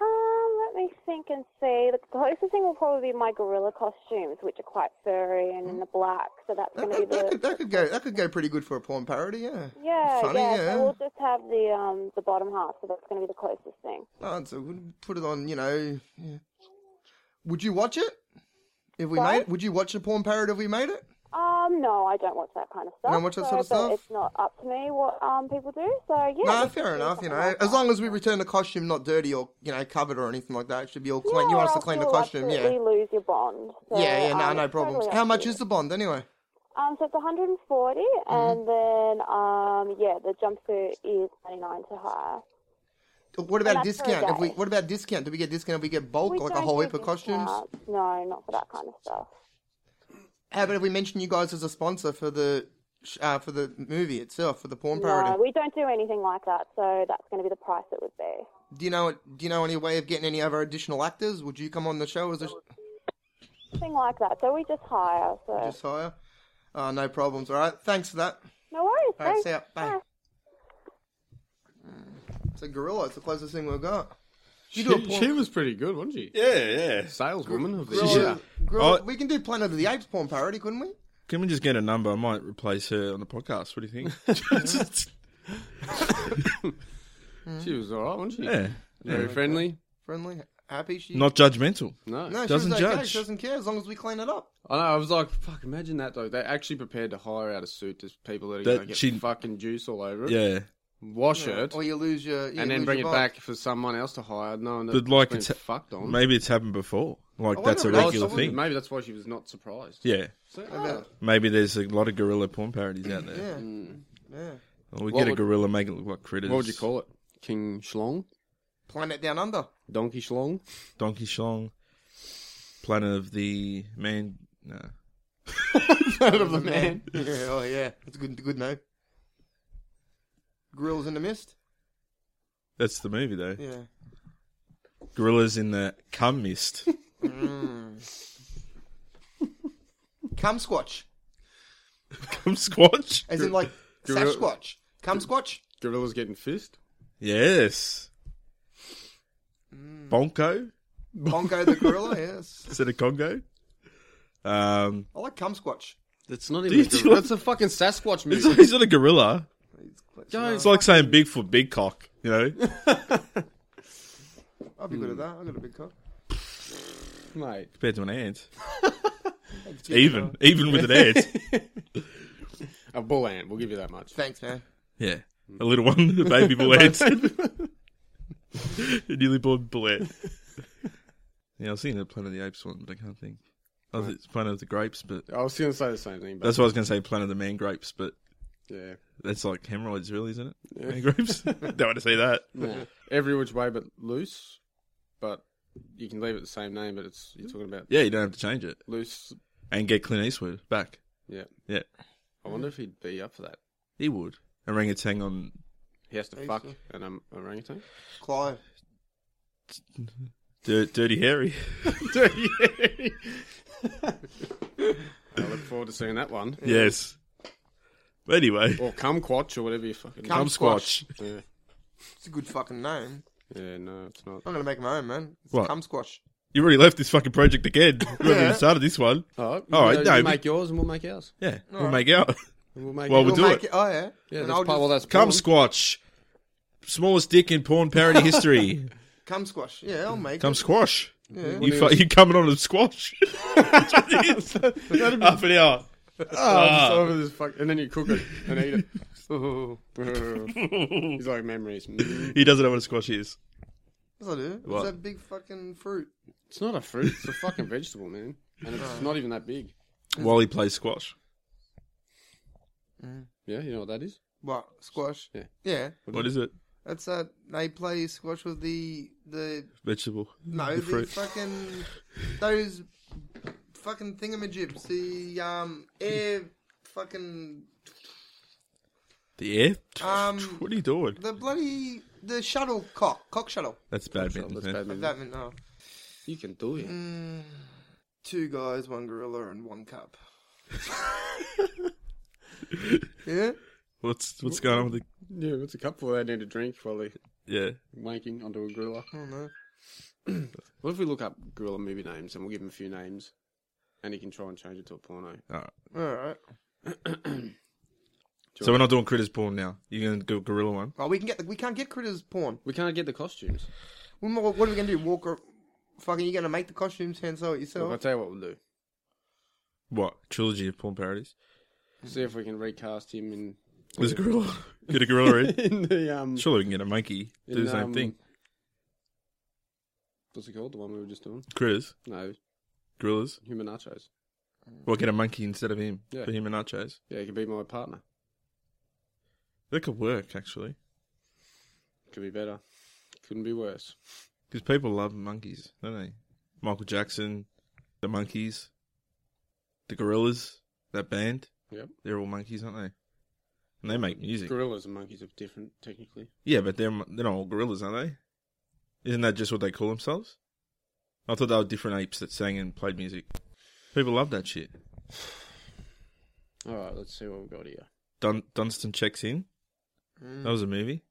Um, let me think and see. The closest thing will probably be my gorilla costumes, which are quite furry and in the black. So that's going to be [laughs] the That could go that could go pretty good for a porn parody. Yeah. yeah, Funny, yeah. yeah. So we'll just have the um the bottom half. So that's going to be the closest thing. Oh, so we put it on. You know. Yeah. Would you watch it? If we Sorry? made, would you watch a porn parody if we made it? Um, no, I don't watch that kind of You stuff. don't watch that so, sort of but stuff? It's not up to me what um people do. So yeah. no, let's fair do enough. You something know, like that. as long as we return the costume not dirty or you know covered or anything like that, it should be all clean. Yeah, you want us or to else clean the you'll costume? Yeah. absolutely lose your bond. So, yeah, yeah, no, um, no it's problems. totally How up much to is Mm-hmm. the bond anyway? you. Um, so it's 140, and then um, yeah, the jumpsuit is 99 to hire. What about that's per discount? If we, day. what about discount? Do we get discount? if we get bulk, We like a don't whole do heap of costumes? discounts. No, not for that kind of stuff. How about if we mention you guys as a sponsor for the sh- uh, for the movie itself, for the porn parody? No, we don't do anything like that. So that's going to be the price it would be. Do you know Do you know any way of getting any other additional actors? Would you come on the show as a Something like that. So we just hire. So just hire? Oh, no problems. All right, thanks for that. no worries. All right, thanks. see ya. Bye. It's a gorilla. It's the closest thing we've got. You do a She- porn- she was pretty good, wasn't she? Yeah, yeah. Saleswoman of the Gorilla, year. gorilla- Oh. We can do Planet of the Apes porn parody, couldn't we? Can we just get a number? I might replace her on the podcast. What do you [laughs] think? [laughs] She was all right, wasn't she? Yeah. Very Yeah. friendly. Friendly, happy. She Not judgmental. No. No, she doesn't was okay. judge. She doesn't care as long as we clean it up. I know. I was like, fuck. Imagine that though. They're actually prepared to hire out a suit to people that, are That gonna get she- fucking juice all over it. Yeah. Wash Yeah, it. or you lose your- you and then lose bring your it vibe. back for someone else to hire. No, But like it's fucked on. Maybe it's happened before. Like I wonder that's a if that's regular someone- thing. Maybe that's why she was not surprised. Yeah. So, oh, Maybe there's a lot of gorilla porn parodies out there. Yeah. Yeah. Or we What get a would- gorilla, make it look like critters. what would you call it? King Schlong, Planet Down Under. [laughs] Donkey Schlong. Donkey Shlong, Planet of the Man. No. Planet of the Man. yeah, oh yeah, that's a good, good name. Gorillas in the mist. That's the movie, though. Yeah. Gorillas in the cum [laughs] mist. Mm. Cum squatch, cum squatch. as [laughs] in like Gorilla- Sasquatch. Cum squatch. Gorilla's getting fist. Yes. Mm. Bonko Bongo the [laughs] gorilla. Yes, instead of Congo. Um, I like cum squatch. That's not even a gorilla. That's a fucking Sasquatch it's, movie. not- it's not a gorilla. Yo, It's like saying Bigfoot, Big Cock, you [laughs] know? I'll be good at that. I got a big cock. mate. Compared to [laughs] an ant. It's even. Even with an ant. A bull ant. We'll give you that much. Thanks, man. Yeah. A little one, [laughs] a baby bull ant. [laughs] a newly born bull ant. Yeah, I was thinking of Planet of the Apes one, but I can't think. I was it's Planet of the Grapes, but I was going to say the same thing. But that's what I was going to say Planet of the Man Grapes, but Yeah. that's like hemorrhoids, really, isn't it? Yeah. Man Grapes? [laughs] Don't want to say that. Yeah. Every which way but loose, but you can leave it the same name. But it's you're talking about Yeah, you don't have to change it. loose. And get Clint Eastwood back. Yeah. Yeah. I wonder if he'd be up for that. He would. Orangutan on He has to fuck an um, [laughs] orangutan. [laughs] Clive. Dirt, Dirty Harry. Dirty Harry. I look forward to seeing that one. yes. But anyway. Or Kumquatch or whatever you fucking Kumquatch. Yeah. It's a good fucking name. yeah, no, it's not. I'm gonna make my own, man. It's What? cum squash. You already left this fucking project again. You haven't even started this one. Oh, All right, you no, make yours and we'll make ours. Yeah, we'll Alright. make out. We'll make While it. we We'll do make it. it. Oh yeah. Yeah, And that's I'll part, well, that's Come porn. Squatch. Smallest dick in porn parody history. Cum squash. Yeah, I'll make Come it. squash. Yeah. You fu- you coming on a squash? [laughs] [laughs] Half an hour. Oh, I'm Ah. just over this fuck. And then you cook it and eat it. Oh, [laughs] [laughs] He's like memories. He doesn't know what a squash is. Yes, I do. What? It's that big fucking fruit. It's not a fruit. It's a [laughs] fucking vegetable, man. And it's not even that big. While he plays squash. Yeah, you know what that is? What squash? Yeah. Yeah. What is it? That's that they play squash with the the Vegetable. no The the, fruit. fucking those fucking thingamajibs the um air fucking The air? um [laughs] What are you doing? the bloody the shuttle cock cock shuttle That's badminton. man. that meant oh. You can do it. Mm, two guys one gorilla and one [laughs] cup yeah What's what's going on with the Yeah, what's a couple they need a drink while they yeah? wanking onto a gorilla. oh no [clears throat] What if we look up gorilla movie names and we'll give him a few names and he can try and change it to a porno? Alright. all right So we're not doing critters porn now. You're gonna do a gorilla one. oh we can get the, we can't get critters porn We can't get the costumes. What am I- what are we gonna do? Walk or fucking you gonna make the costumes hand sew it Look, I'll yourself? tell you what we'll do. What trilogy of porn parodies? See if we can recast him in. There's a gorilla. [laughs] Get a gorilla [laughs] in. in the. [laughs] Um, Surely we can get a monkey. Do in, the same um, thing. What's it called? The one we were just doing? Critters, No, gorillas. human nachos. Well, get a monkey instead of him Yeah. for him and nachos. Yeah, he could be my partner. That could work actually, Could be better. Couldn't be worse. because people love monkeys, don't they? Michael Jackson, the monkeys, the gorillas. That band, Yep. they're all monkeys, aren't they? And they make music. Gorillas and monkeys are different, technically. Yeah, but they're they're not all gorillas, are they? Isn't that just what they call themselves? I thought they were different apes that sang and played music. People love that shit. All right, let's see what we've got here. Dun- Dunstan checks in. That was a movie.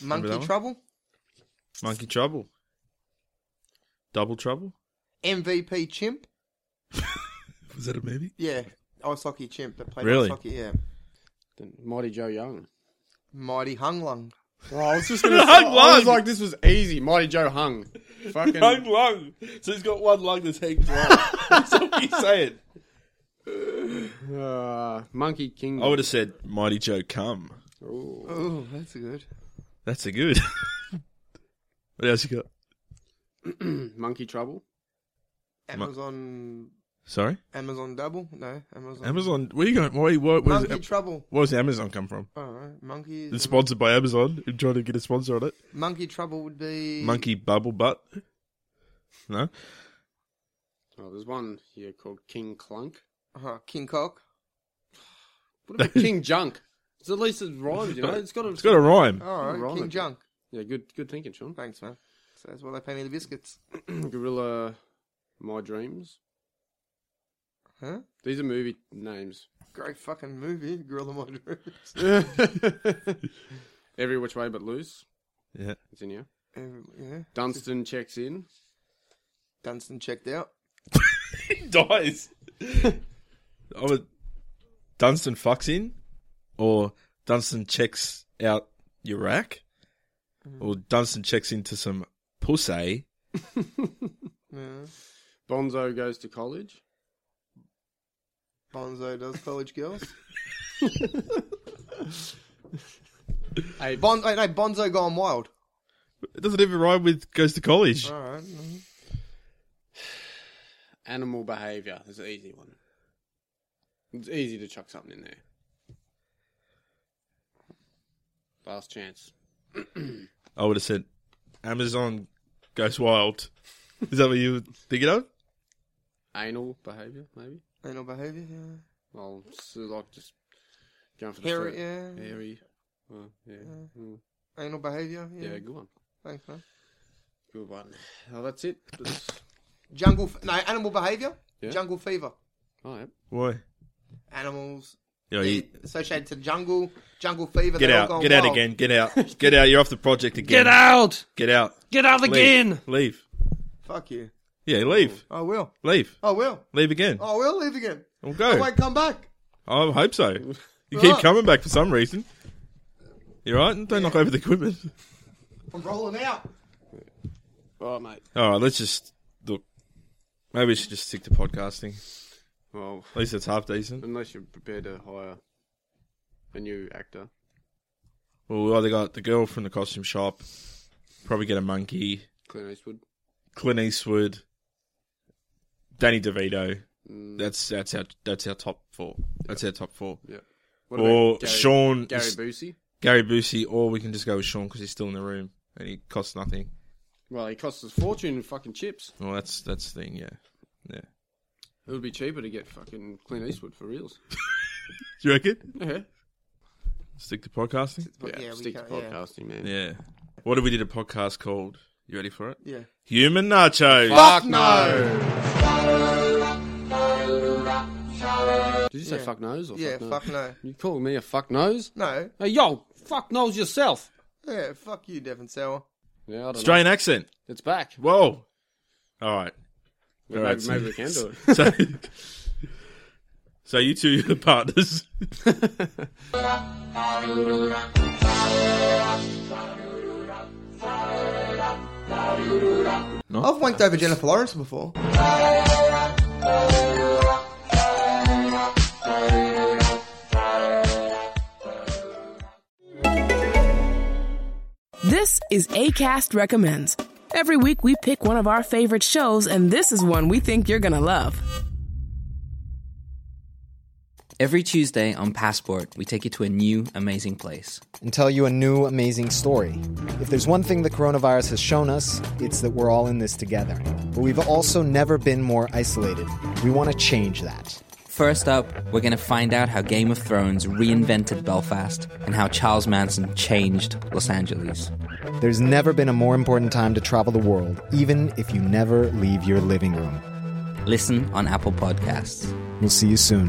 Remember that Monkey one? Trouble? Monkey Trouble. Double Trouble. MVP Chimp? Was that a movie? Yeah. Osaki Chimp that played Really? Osaki, yeah. Then Mighty Joe Young. Mighty Hung Lung. Oh, I [laughs] was just gonna. Hung say, I was lung. like, this was easy. Mighty Joe [laughs] Hung. Fucking. One lung. So he's got one lung that's hanging [laughs] out. That's what he's saying. Uh, Monkey King. I would have said Mighty Joe Come. [clears throat] Oh, that's good. That's a good. [laughs] what else you got? Monkey Trouble. Amazon Sorry, Amazon Double? No, Amazon Amazon. Where are you going? Why? Why? Where's, Monkey Trouble. where's Amazon come from? Alright. Monkey It's sponsored by Amazon. I'm trying to get a sponsor on it. Monkey Trouble would be Monkey Bubble Butt. No? Oh, there's one here called King Clunk. uh, King Cock. What about King Junk? It's at least it rhymes, you know. It's got a. It's got a rhyme. Alright, Wrong King again. Junk. Yeah, good, good thinking, Sean. Thanks, man. So that's why they pay me the biscuits. [clears throat] Gorilla, My Dreams. Huh? These are movie names. [laughs] Great fucking movie, Gorilla [laughs] My Dreams. Every which way but loose. Yeah. It's in here. Um, yeah. Dunstan checks in. Dunstan checked out. He [laughs] dies. I would Dunstan fucks in, or Dunstan checks out your rack, or Dunstan checks into some pussy. Yeah. Bonzo goes to college. Bonzo does college girls. [laughs] Hey, Bon, wait, no, Bonzo gone wild. It doesn't even rhyme with goes to college. All right. animal behavior is an easy one. It's easy to chuck something in there. Last chance. I would have said Amazon goes wild. Is that what you were thinking of? Anal behavior, maybe. Anal behavior. Yeah. Well, so like just going for the Hairy, throat. yeah. Hairy. Well, yeah. Mm. Anal behavior. Yeah. yeah. good one. Thanks, man. Good one. Well, that's it. [coughs] That's... Jungle. F- no, animal behavior. Yeah. Jungle fever. All right. Why? Animals Yeah, you- associated to jungle. Jungle fever. get they out. All gone Get out wild. again. Get out. Get out. You're off the project again. out! Get out. Get out Leave. Leave. Fuck you. Yeah, leave. I will. Leave. I will. Leave again. I will leave again. We'll I go. won't come back. I hope so. You Right. keep coming back for some reason. You're right. Don't knock over the equipment. [laughs] I'm rolling out. All right, mate. All right, let's just look. Maybe we should just stick to podcasting. Well, at least it's half decent. Unless you're prepared to hire a new actor. Well, we either got the girl from the costume shop, probably get a monkey, Clint Eastwood. Clint Eastwood, Danny DeVito. Mm. That's that's our that's our top four. That's our top four. Yeah. What about Or Gary- Sean Gary Busey? Gary Busey, or we can just go with Sean because he's still in the room and he costs nothing. Well, he costs us a fortune in fucking chips. Well, that's that's the thing. Yeah, yeah. It would be cheaper to get fucking Clint Eastwood for reals. [laughs] Do you reckon? Yeah. Stick to podcasting. Yeah, Yeah, we stick to can't- yeah. podcasting, man. Yeah. What if we did a podcast called? You ready for it? Yeah. Human Nachos. Fuck no. Did you say Yeah. fuck nose or Yeah, fuck no? fuck no. You calling me a fuck nose? No. Hey, yo, fuck nose yourself. Yeah, fuck you, Devon Sauer. Yeah, I don't know. Australian accent. It's back. Whoa. All right. Well, maybe- maybe we can do it. [laughs] So, so you two are the partners. I've wanked over Jennifer Lawrence before. This is ACAST Recommends. Every week we pick one of our favorite shows, and this is one we think you're gonna love. Every Tuesday on Passport, we take you to a new, amazing place. and tell you a new amazing story. If there's one thing the coronavirus has shown us, it's that we're all in this together. But we've also never been more isolated. We want to change that. First up, we're going to find out how Game of Thrones reinvented Belfast and how Charles Manson changed Los Angeles. There's never been a more important time to travel the world, even if you never leave your living room. Listen on Apple Podcasts. We'll see you soon.